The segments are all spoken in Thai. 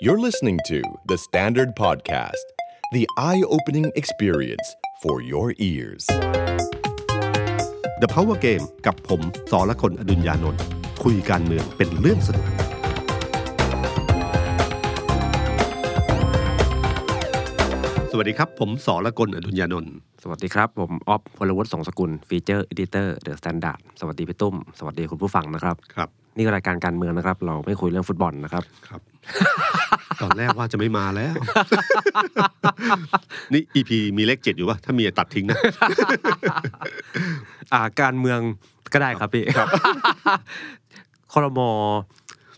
You're listening to The Standard Podcast, the eye opening experience for your ears. The Power Game กับผมสอละคนอดุญญานนท์คุยการเมืองเป็นเรื่องสนุก สวัสดีครับ ผมสอละคนอดุญญานนท์ สวัสดีครับ ผมออฟพลวัตสงสกุลฟีเจอร์อดิเตอร์เดอะสแตนดาร์ดสวัสดีพี่ตุ้ม สวัสดีคุณผู้ฟังนะครับ ครับ นี่รายการการเมืองนะครับ เราไม่คุยเรื่องฟุตบอลนะครับ ครับ ตอนแรกว่าจะไม่มาแล้ว นี่ EP มีเลขเจ็ดอยู่ปะถ้ามีอย่าตัดทิ้งนะ อ่าการเมืองก็ได้ครับพี่คอรมอ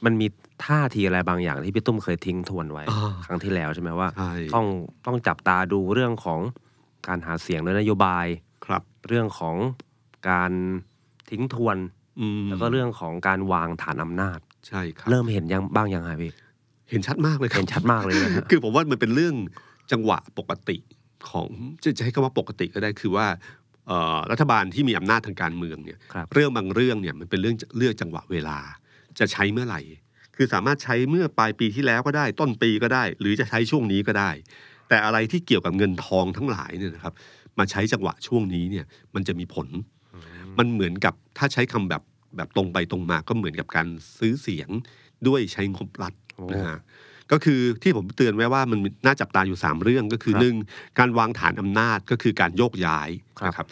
มันมีท่าทีอะไรบางอย่างที่พี่ตุ้มเคยทิ้งทวนไว้ อ่า ครั้งที่แล้วใช่ไหมว่า ใช่ ต้องต้องจับตาดูเรื่องของการหาเสียงและนโยบาย ครับ เรื่องของการทิ้งทวน อืม แล้วก็เรื่องของการวางฐานอำนาจ ใช่ครับ เริ่มเห็นยังบ้างยังไงพี่ เห็นชัดมากเลยครับ เห็นชัดมากเลยนะฮะ คือผมว่ามันเป็นเรื่องจังหวะปกติของจะจะใช้คำว่าปกติก็ได้คือว่าเอ่อรัฐบาลที่มีอำนาจทางการเมืองเนี่ย ครับ เรื่องบางเรื่องเนี่ยมันเป็นเรื่องเลือกจังหวะเวลา จะใช้เมื่อไหร่ คือสามารถใช้เมื่อปลายปีที่แล้วก็ได้ ต้นปีก็ได้ หรือจะใช้ช่วงนี้ก็ได้ แต่อะไรที่เกี่ยวกับเงินทองทั้งหลายเนี่ยนะครับมาใช้จังหวะช่วงนี้เนี่ยมันจะมีผล มันเหมือนกับถ้าใช้คำแบบแบบตรงไปตรงมาก็เหมือนกับการซื้อเสียงด้วยใช้งบรัฐ โอ้ นะฮะก็คือที่ผมเตือนไว้ว่ามันน่าจับตาอยู่ 3 เรื่องก็คือ ครับ หนึ่งการวางฐานอำนาจก็คือการโยกย้าย ครับ นะครับ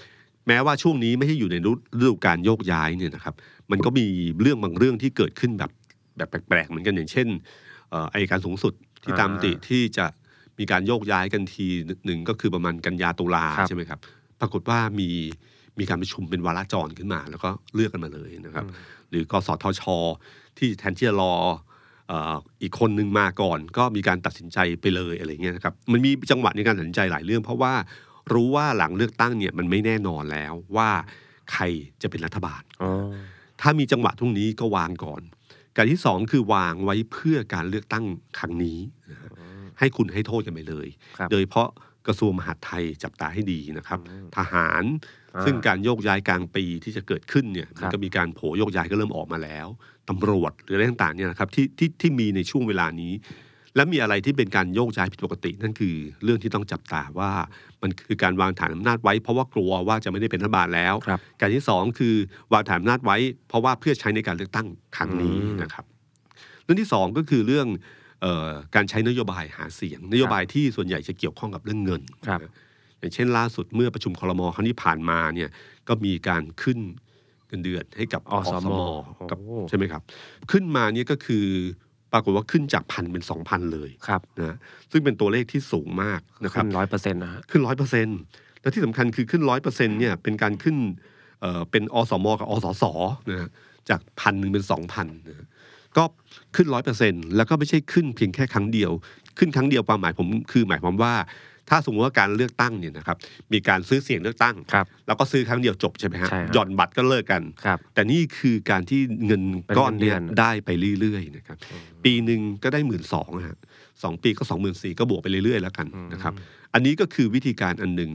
แม้ว่าช่วงนี้ไม่ใช่อยู่ในฤดูการโยกย้ายเนี่ยนะครับมันก็มีเรื่องบางเรื่องที่เกิดขึ้นแบบแบบแปลกๆเหมือนกันอย่างเช่นเอ่ออายการสูงสุดที่ตามมติที่จะมีการโยกย้ายกันทีหนึ่งก็คือประมาณกันยาตุลา ครับ ใช่ไหมครับปรากฏว่ามี มีการประชุมเป็นวาระจรขึ้นมา แล้วก็เลือกกันมาเลยนะครับ หรือกสทช ที่แทนที่จะรอเอ่ออีกคนนึงมาก่อน ก็มีการตัดสินใจไปเลยอะไรเงี้ยนะครับมันมีจังหวะในการตัดสินใจหลายเรื่อง เพราะว่ารู้ว่าหลังเลือกตั้งเนี่ยมันไม่แน่นอนแล้วว่าใครจะเป็นรัฐบาล อ๋อ ถ้ามีจังหวะตรงนี้ก็วางก่อน การที่สองคือวางไว้เพื่อการเลือกตั้งครั้งนี้นะฮะให้คุณให้โทษกันไปเลย ครับ โดยเฉพาะกระทรวงมหาดไทยจับตาให้ดีนะครับ ทหาร อ่า ซึ่งการโยกย้ายกลางปีที่จะเกิดขึ้นเนี่ย ครับ มันก็มีการโผโยกย้ายก็เริ่มออกมาแล้วตำรวจหรืออะไรต่างๆเนี่ยนะครับที่ที่ที่มีในช่วงเวลานี้ และมีอะไรที่เป็นการโยกย้ายผิดปกติ นั่นคือเรื่องที่ต้องจับตาว่ามันคือการวางฐานอำนาจไว้ เพราะว่ากลัวว่าจะไม่ได้เป็นรัฐบาลแล้ว ครับ การที่สองคือวางฐานอำนาจไว้ เพราะว่าเพื่อใช้ในการเลือกตั้งครั้งนี้ อืม นะครับ เรื่องที่สองก็คือเรื่องเออการใช้นโยบายหาเสียง นโยบายที่ส่วนใหญ่จะเกี่ยวข้องกับเรื่องเงิน ครับ อย่างเช่นล่าสุดเมื่อประชุมคลมครั้งที่ผ่านมาเนี่ยก็มีการขึ้นเงินเดือนให้กับ อสม กับ โอ้ ใช่ไหมครับ ขึ้นมาเนี่ยก็คือปรากฏว่าขึ้นจากพันเป็นสองพันเลย ครับ นะซึ่งเป็นตัวเลขที่สูงมากนะครับ ขึ้นร้อยเปอร์เซ็นต์นะฮะ ขึ้นร้อยเปอร์เซ็นต์และที่สำคัญคือขึ้นร้อยเปอร์เซ็นต์เนี่ยเป็นการขึ้นเอ่อเป็นอสมกับอสสนะฮะจากพันหนึ่งเป็นสองพันะฮะก็ขึ้นร้อยเปอร์เซ็นต์แล้วก็ไม่ใช่ขึ้นเพียงแค่ครั้งเดียว ขึ้นครั้งเดียวความหมายผมคือหมายความว่า ถ้าสมมติว่าการเลือกตั้งเนี่ยนะครับมีการซื้อเสียงเลือกตั้ง ครับ แล้วก็ซื้อครั้งเดียวจบใช่ไหมฮะ ใช่ครับ หย่อนบัตรก็เลิกกัน ครับ แต่นี่คือการที่เงินก้อนเนี่ย เป็นเงินเดือน ได้ไปเรื่อยๆนะครับปีหนึ่งก็ได้หมื่นสองฮะสองปีก็สองหมื่นสี่ก็บวกไปเรื่อยๆแล้วกันนะครับอันนี้ก็คือวิธีการอันหนึ่ง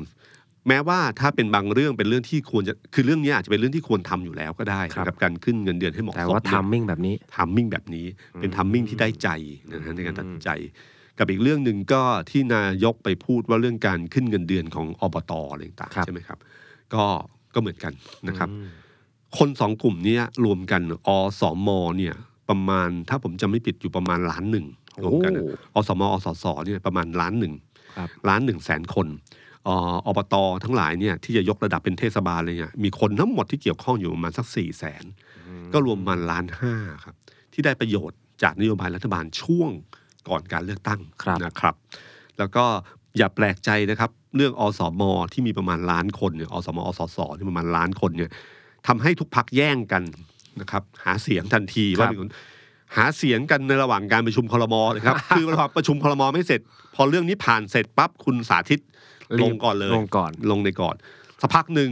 แม้ว่าถ้าเป็นบางเรื่องเป็นเรื่องที่ควรจะคือเรื่องเนี้ยอาจจะเป็นเรื่องที่ควรทำอยู่แล้วก็ได้นะครับการขึ้นเงินเดือนให้เหมาะสม แต่ว่า เนี่ย ทามมิ่งแบบนี้ ทัมมิ่งแบบนี้เป็นทัมมิ่งที่ได้ใจนะฮะในการตัดสินใจ กับอีกเรื่องหนึ่งก็ที่นายกไปพูดว่าเรื่องการขึ้นเงินเดือนของอบตอะไรต่าง คๆรับ ใช่ไหมครับ ก็ก็เหมือนกันนะครับ คนสองกลุ่มเนี้ยรวมกันอสมเนี่ยประมาณถ้าผมจำไม่ผิดอยู่ประมาณล้านหนึ่งรวมกันนะอสมอสสเนี่ยประมาณล้านหนึ่ง ครับ ล้านหนึ่งแสนคนเอ่ออบตทั้งหลายเนี่ยที่จะยกระดับเป็นเทศบาลอะไรเลยเนี่ยมีคนทั้งหมดที่เกี่ยวข้องอยู่ประมาณสักสี่แสน ก็รวมประมาณล้านห้าครับ ที่ได้ประโยชน์จากนโยบายรัฐบาลช่วงก่อนการเลือกตั้ง ครับ นะครับ แล้วก็อย่าแปลกใจนะครับ เรื่องอสมที่มีประมาณล้านคนเนี่ยอสมอสสที่ประมาณล้านคนเนี่ยทำให้ทุกพักแย่งกันนะครับ หาเสียงทันทีว่าเป็นคนหาเสียงกันในระหว่างการประชุมคลมเลยครับ คือระหว่างประชุมคลมไม่เสร็จ พอเรื่องนี้ผ่านเสร็จปั๊บคุณสาธิตลงก่อนเลย ลงก่อน ลงในก่อนสักพักหนึ่ง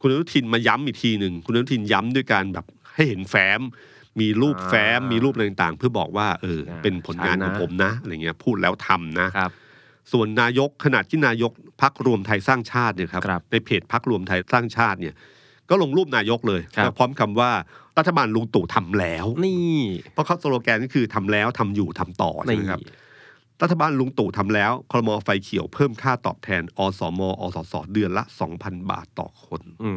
คุณอนุทินมาย้ำอีกทีหนึ่งคุณอนุทินย้ำด้วยการแบบให้เห็นแฟ้ม มีรูป อ่า แฟ้ม มีรูปอะไรต่างๆ เพื่อบอกว่าเออ อ่า เป็นผลงาน ฉัขนนะองผมนะอะไรเงี้ยพูดแล้วทำนะ ครับ ส่วนนายกขนาดที่นายกพักรวมไทยสร้างชาติเนี่ยครับ ครับ ในเพจพักรวมไทยสร้างชาติเนี่ยก็ลงรูปนายกเลย ครับ แล้วพร้อมคำว่ารัฐบาลลุงตู่ทำแล้ว นี่ เพราะเขาสโลแกนก็คือทำแล้วทำอยู่ทำต่อใช่ไหมครับ นี่ รัฐบาลลุงตู่ทำแล้วครมไฟเขียวเพิ่มค่าตอบแทนอสมอสสเดือนละ 2,000 บาทต่อคน อื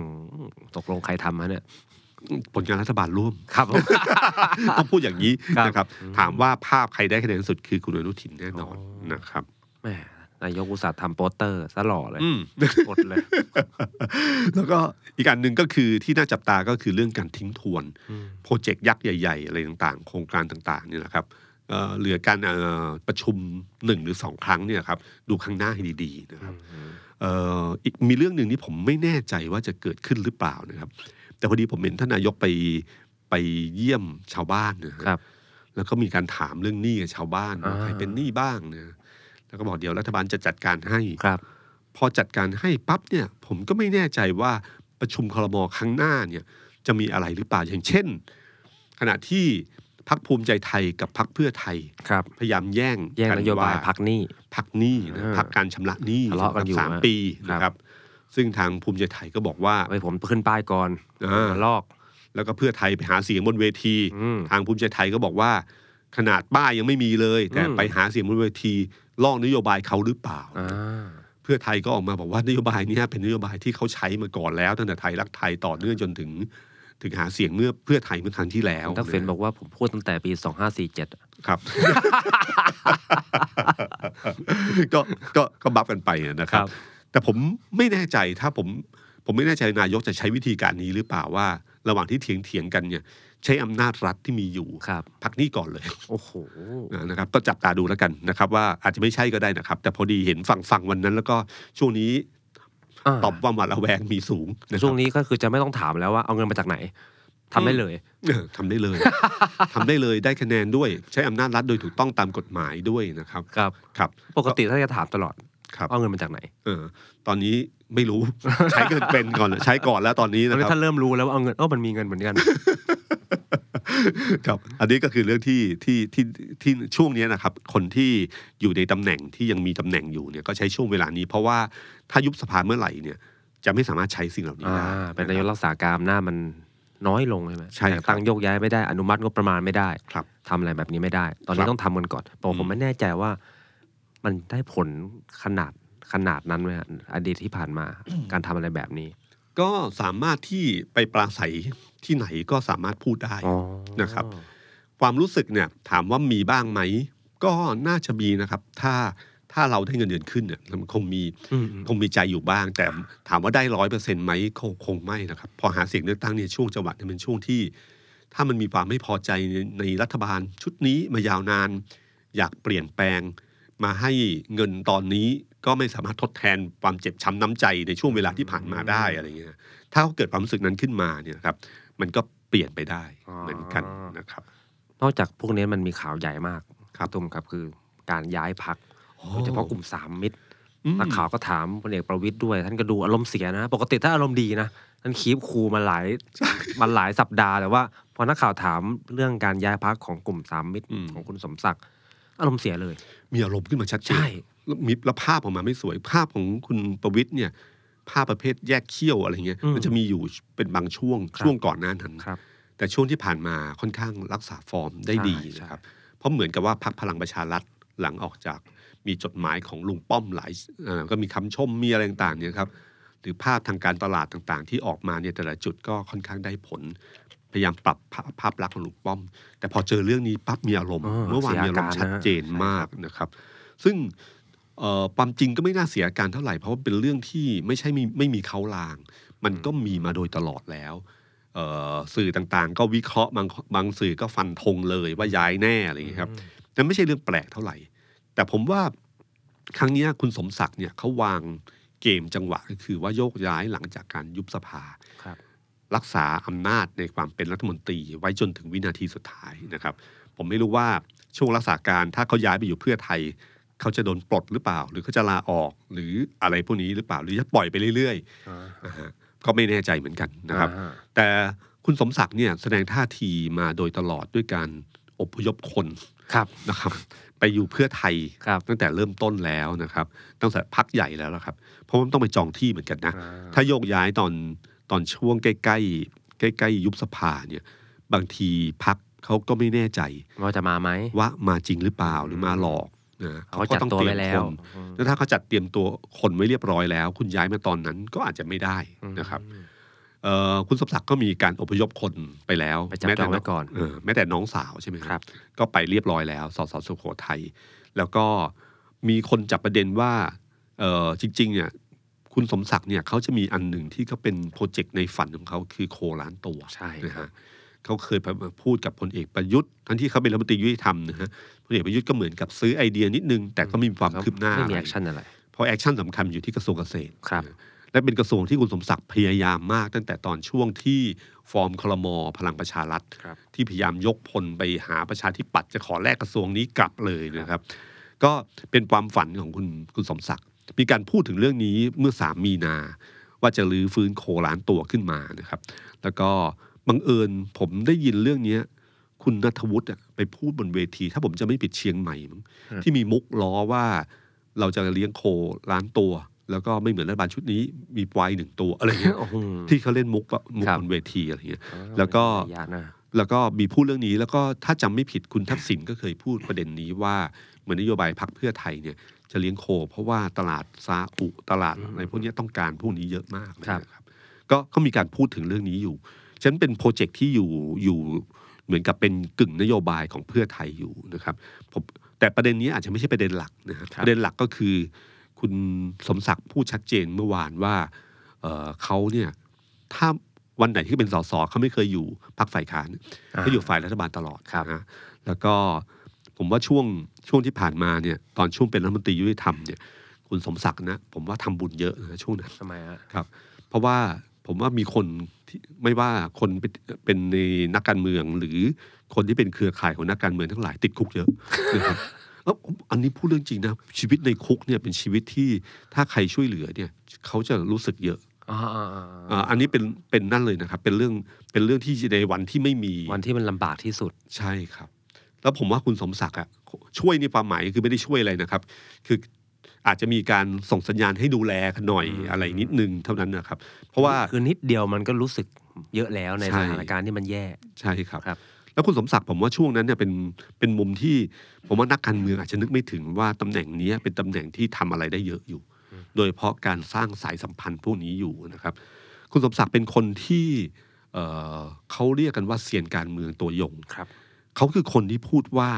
มตกลงใครทำฮะเนี่ย ผลงานรัฐบาลร่วม ครับผม ต้องพูดอย่างนี้ ครับ นะครับ อืม ถามว่าภาพใครได้คะแนนสุดคือคุณอนุทินแน่นอน อ๋อ นะครับ แหมนายกอุตสาห์ทำโปสเตอร์ซะหล่อเลย อืม กดเลย แล้วก็อีกอันหนึ่งก็คือที่น่าจับตาก็คือเรื่องการทิ้งทวน อืม โปรเจกต์ยักษ์ใหญ่ ๆ อะไรต่างๆ โครงการต่างๆเนี่ยนะครับเอ่อเหลือการเอ่อประชุมหนึ่งหรือสองครั้งเนี่ยครับดูข้างหน้าให้ดีๆนะครับเอ่ออีกมีเรื่องหนึ่งที่ผมไม่แน่ใจว่าจะเกิดขึ้นหรือเปล่านะครับ แต่พอดีผมเห็นท่านนายกไปไปเยี่ยมชาวบ้านนะฮะ ครับ แล้วก็มีการถามเรื่องหนี้กับชาวบ้านว่า อ่า ใครเป็นหนี้บ้างเนะแล้วก็บอกเดี๋ยวรัฐบาลจะจัดการให้ ครับ พอจัดการให้ปั๊บเนี่ย ผมก็ไม่แน่ใจว่าประชุมครมครั้งหน้าเนี่ย จะมีอะไรหรือเปล่าอย่างเช่น ขณะที่พักภูมิใจไทยกับพักเพื่อไทย ครับ พยายามแย่ง แย่ง กัน โยบาย ว่ พักหนี้ พักหนี้นะ อ่า พักการชำระหนี้ ทะเลาะกันอยู่ สาม นะ ปี ครับ นะครับ ซึ่งทางภูมิใจไทยก็บอกว่า ไว้ผมขึ้นป้ายก่อน อ่า มาลอก แล้วก็เพื่อไทยไปหาเสียงบนเวที อืม ทางภูมิใจไทยก็บอกว่าขนาดป้ายยังไม่มีเลย แต่ อืม ไปหาเสียงบนเวทีลอกนโยบายเขาหรือเปล่า อ่า เพื่อไทยก็ออกมาบอกว่านโยบายเนี้เป็นนโยบายที่เขาใช้มาก่อนแล้วตั้งแต่ไทยรักไทยต่อเนื่องจนถึง ถึงหาเสียงเมื่อเพื่อไทยเมื่อครั้งที่แล้ว ทักษิณบอกว่าผมพูดตั้งแต่ปี 2547อะ ครับ ก็ก็ก็บับกันไปนะครับ แต่ผมไม่แน่ใจถ้าผมผมไม่แน่ใจนายกจะใช้วิธีการนี้หรือเปล่าว่า ระหว่างที่เถียงเถียงๆกันเนี่ย ใช้อำนาจรัฐที่มีอยู่ ครับ พักหนี้ก่อนเลย โอ้โห นะครับก็จับตาดูแล้วกันนะครับ ว่าอาจจะไม่ใช่ก็ได้นะครับ แต่พอดีเห็นฝั่งฝั่งวันนั้น แล้วก็ช่วงนี้ อ่า ตอบความหวาดระแวงมีสูงนะครับ ช่วง นี้ก็คือจะไม่ต้องถามแล้วว่าเอาเงินมาจากไหนทำได้เลย เออทำได้เลย ทำได้เลยได้คะแนนด้วย ใช้อำนาจรัฐโดยถูกต้องตามกฎหมายด้วยนะครับ ครับ ครับ ปกติถ้านจะถามตลอด ครับ เอาเงินมาจากไหน เออตอนนี้ไม่รู้ ใช้กันเป็นก่อน ใช้ก่อนแล้วตอนนี้ ตอน นะคนี้รับ ท่านเริ่มรู้แล้วว่าเอาเงินเออมันมีเงินเหมือนกัน ครับอันนี้ก็คือเรื่องที่ที่ที่ที่ช่วงเนี้ยนะครับ คนที่อยู่ในตำแหน่งที่ยังมีตำแหน่งอยู่เนี่ยก็ใช้ช่วงเวลานี้ เพราะว่าถ้ายุบสภาเมื่อไหร่เนี่ย จะไม่สามารถใช้สิ่งเหล่านี้ อ่า ได้ เป็น นะ นาย ค ก รับ รักษาการหน้ามันน้อยลงใช่ไหม ใช่ แต่งตั้งโยกย้ายไม่ได้อนุมัติงบประมาณไม่ได้ ครับ ทำอะไรแบบนี้ไม่ได้ ตอน ครั นี้ บ ต้องทำกันก่อนบอกผ อื ม ม ไม่แน่ใจว่า มันได้ผลขนาดขนาดนั้นไหมฮะอดีตที่ผ่านมา การทำอะไรแบบนี้ ก็สามารถที่ไปปราศัยที่ไหนก็สามารถพูดได้ อ๋อ นะครับ ความรู้สึกเนี่ยถามว่ามีบ้างไหม ก็น่าจะมีนะครับ ถ้าถ้าเราได้เงินเดือนขึ้นเนี่ยมันคงมี อืม คงมีใจอยู่บ้าง แต่ถามว่าได้ร้อยเปอร์เซ็นต์ไหมคงคงไม่นะครับ พอหาเสียงเลือกตั้งเนี่ยช่วงจังหวัดเนี่ยเป็นช่วงที่ ถ้ามันมีความไม่พอใจในในรัฐบาล ชุดนี้มายาวนาน อยากเปลี่ยนแปลง มาให้เงินตอนนี้ก็ไม่สามารถทดแทนความเจ็บช้ำน้ำใจในช่วงเวลาที่ผ่านมาได้อะไรเงี้ยถ้าเกิดความรู้สึกนั้นขึ้นมาเนี่ยนะครับ มันก็เปลี่ยนไปได้เหมือนกันนะครับ นอกจากพวกนี้มันมีข่าวใหญ่มาก ครับ ตุ้มครับคือการย้ายพัก โดยเฉพาะกลุ่มสามมิตร อืม นักข่าวก็ถามพลเอกประวิตยด้วย ท่านก็ดูอารมณ์เสียนะ ปกติถ้าอารมณ์ดีนะท่านคีบคูลมาหลาย มาหลายสัปดาห์แต่ว่าพอนักข่าวถามเรื่องการย้ายพักของกลุ่มสามมิตร อืม ของคุณสมศักดิ์อารมณ์เสียเลย มีอารมณ์ขึ้นมาชัดเจ ใช่ นแล้วมีแล้วภาพออกมาไม่สวย ภาพของคุณประวิทย์เนี่ย ภาพประเภทแยกเขี้ยวอะไรเงี้ย อืม มันจะมีอยู่เป็นบางช่วง ครับ ช่วงก่อนหน้านั้น ครับ แต่ช่วงที่ผ่านมาค่อนข้างรักษาฟอร์มได้ ใช่ ดีนะครับ เพราะเหมือนกับว่าพักพลังประชารัฐหลังออกจากมีจดหมายของลุงป้อมหลายเอ่อก็มีคำชมมีอะไรต่างๆเนี่ยครับ หรือภาพทางการตลาดต่างๆ ที่ออกมาเนี่ยแต่ละจุดก็ค่อนข้างได้ผล พยายามปรับภาพภาพลักษณ์ของลุงป้อม แต่พอเจอเรื่องนี้ปั๊บมีอารมณ์ อ่า เมื่อวาน เสียอาการ มีอารมณ์ชัดเจน นะ มากนะครับ ซึ่งเอ่อความจริงก็ไม่น่าเสียอาการเท่าไหร่ เพราะว่าเป็นเรื่องที่ไม่ใช่มีไม่มีเขาลาง มันก็มีมาโดยตลอดแล้ว เอ่อสื่อต่างๆ ก็วิเคราะห์บางบางสื่อก็ฟันธงเลยว่าย้ายแน่อะไรอย่างเงี้ยครับนั่นไม่ใช่เรื่องแปลกเท่าไหร่ แต่ผมว่าครั้งเนี้ยคุณสมศักดิ์เนี่ยเขาวางเกมจังหวะก็คือว่าโยกย้ายหลังจากการยุบสภา ครับ รักษาอำนาจในความเป็นรัฐมนตรี ไว้จนถึงวินาทีสุดท้ายนะครับ ผมไม่รู้ว่าช่วงรักษาการถ้าเขาย้ายไปอยู่เพื่อไทย เขาจะโดนปลดหรือเปล่า หรือเขาจะลาออกหรืออะไรพวกนี้หรือเปล่า หรือจะปล่อยไปเรื่อยๆอ่าฮะก็ไม่แน่ใจเหมือนกันนะครับ อ่า แต่คุณสมศักดิ์เนี่ยแสดงท่าทีมาโดยตลอดด้วยการอพยพคน ครับ นะครับ ไปอยู่เพื่อไทย ครับ ตั้งแต่เริ่มต้นแล้วนะครับ ตั้งแต่พักใหญ่แล้วนะครับ เพราะว่ามันต้องไปจองที่เหมือนกันนะ ถ้าโยกย้ายตอนตอนช่วงใกล้ใกล้ๆใกล้ๆยุบสภาเนี่ยบางทีพักเขาก็ไม่แน่ใจ ว่าจะมาไหม ว่ามาจริงหรือเปล่าหรือมาหลอก นะ เขาจัดตัวไว้แล้ควนแล้วถ้าเขาจัดเตรียมตัวคนไว้เรียบร้อยแล้ว คุณย้ายมาตอนนั้นก็อาจจะไม่ได้นะครับ อืม เอ่อคุณสมศักดิ์ก็มีการอพยพคนไปแล้ว ไปจับ ม้แต่ จองไว้ก่อน เแม้แต่น้องสาวใช่ไหม ครับ ก็ไปเรียบร้อยแล้วสสสุโขทัยแล้วก็มีคนจับประเด็นว่าเอ่อจริงๆเนี่ยคุณสมศักดิ์เนี่ยเขาจะมีอันหนึ่งที่เขาเป็นโปรเจกต์ในฝันของเขาคือโคล้านตัว ใช่ นะ ครั ฮะ บ เขาเคยพูดกับพลเอกประยุทธ์ทั้งที่เขาเป็นรัฐมนตรียุติธรรมนะฮะพลเอกประยุทธ์ก็เหมือนกับซื้อไอเดียนิดนึง แต่ก็ไมมีความคืบหน้า ไม่ อะ มี ไร แอคชั่นอะไร เพราะแอคชั่นสำคัญอยู่ที่กระทรวงเกษตร ครับ นะและเป็นกระทรวงที่คุณสมศักดิ์พยายามมาก ตั้งแต่ตอนช่วงที่ฟอร์มคลมพลังประชารัฐ ครับ ที่พยายามยกพลไปหาประชาธิปัตย์จะขอแลกกระทรวงนี้กลับเลยนะครับ ก็เป็นความฝันของคุณคุณสมศักดิ์มีการพูดถึงเรื่องนี้เมื่อ 3 มีนา ว่าจะรื้อฟื้นโคล้านตัวขึ้นมานะครับ แล้วก็บังเอิญผมได้ยินเรื่องเนี้ยคุณนัทวุฒิอะไปพูดบนเวที ถ้าผมจะไม่ผิดเชียงใหม่มั้ง อืม ที่มีมุกล้อว่าเราจะเลี้ยงโคล้านตัว แล้วก็ไม่เหมือนรัฐบาลชุดนี้มีควายหนึ่งตัวอะไรเงี้ย โอ้โห ที่เขาเล่นมุกแบบมุก ครับ บนเวทีอะไรเงี้ย แล้วก็ ยากนะ แล้วก็มีพูดเรื่องนี้แล้วก็ถ้าจำไม่ผิดคุณทักษิณก็เคยพูดประเด็นนี้ว่าเหมือนนโยบายพักเพื่อไทยเนี่ยจะเลี้ยงโค เพราะว่าตลาดซาอุตลาด อืม อะไรพวกเนี้ยต้องการพวกนี้เยอะมาก ครับ นะครับก็ก็มีการพูดถึงเรื่องนี้อยู่ฉะนันเป็นโปรเจกต์ที่อยู่อยู่เหมือนกับเป็นกึ่งนโยบายของเพื่อไทยอยู่นะครับผมแต่ประเด็นนี้อาจจะไม่ใช่ประเด็นหลักนะครับประเด็นหลักก็คือ คุณสมศักดิ์พูดชัดเจนเมื่อวานว่าเอ่อเขาเนี่ยถ้าวันไหนที่เป็นสสเขาไม่เคยอยู่พักฝ่ายค้าน ก็อยู่ฝ่ายรัฐบาลตลอด ครับ นะฮะแล้วก็ผมว่าช่วงช่วงที่ผ่านมาเนี่ยตอนช่วงเป็นรัฐมนตรียุติธรรมเนี่ยคุณสมศักดิ์นะผมว่าทำบุญเยอะนะช่วงนั้น ทำไมฮะ ครับ เพราะว่าผมว่ามีคนที่ไม่ว่าคนเป็นเป็นในนักการเมือง หรือคนที่เป็นเครือข่ายของนักการเมืองทั้งหลายติดคุกเยอะ นะครับ เอ้าอันนี้พูดเรื่องจริงนะชีวิตในคุกเนี่ยเป็นชีวิตที่ถ้าใครช่วยเหลือเนี่ยเขาจะรู้สึกเยอะ อ่า อ่าอันนี้เป็นเป็นนั่นเลยนะครับ เป็นเรื่องเป็นเรื่องที่ในวันที่ไม่มี วันที่มันลำบากที่สุด ใช่ครับ แล้วผมว่าคุณสมศักดิ์อ่ะช่วยในความหมายคือไม่ได้ช่วยอะไรนะครับ คืออาจจะมีการส่งสัญญาณให้ดูแลกันหน่อย อืม อะไรนิดนึงเท่านั้นนะครับ เพราะว่า คือนิดเดียวมันก็รู้สึกเยอะแล้วใน ใช่ สถานการณ์ที่มันแย่ ใช่ครับ ครับ แล้วคุณสมศักดิ์ผมว่าช่วงนั้นเนี่ยเป็นเป็นมุมที่ผมว่านักการเมืองอาจจะนึกไม่ถึงว่าตำแหน่งเนี้ยเป็นตำแหน่งที่ทำอะไรได้เยอะอยู่ โดยเฉพาะการสร้างสายสัมพันธ์พวกนี้อยู่นะครับ คุณสมศักดิ์เป็นคนที่เอ่อเขาเรียกกันว่าเซียนการเมืองตัวยง ครับ เขาคือคนที่พูดว่า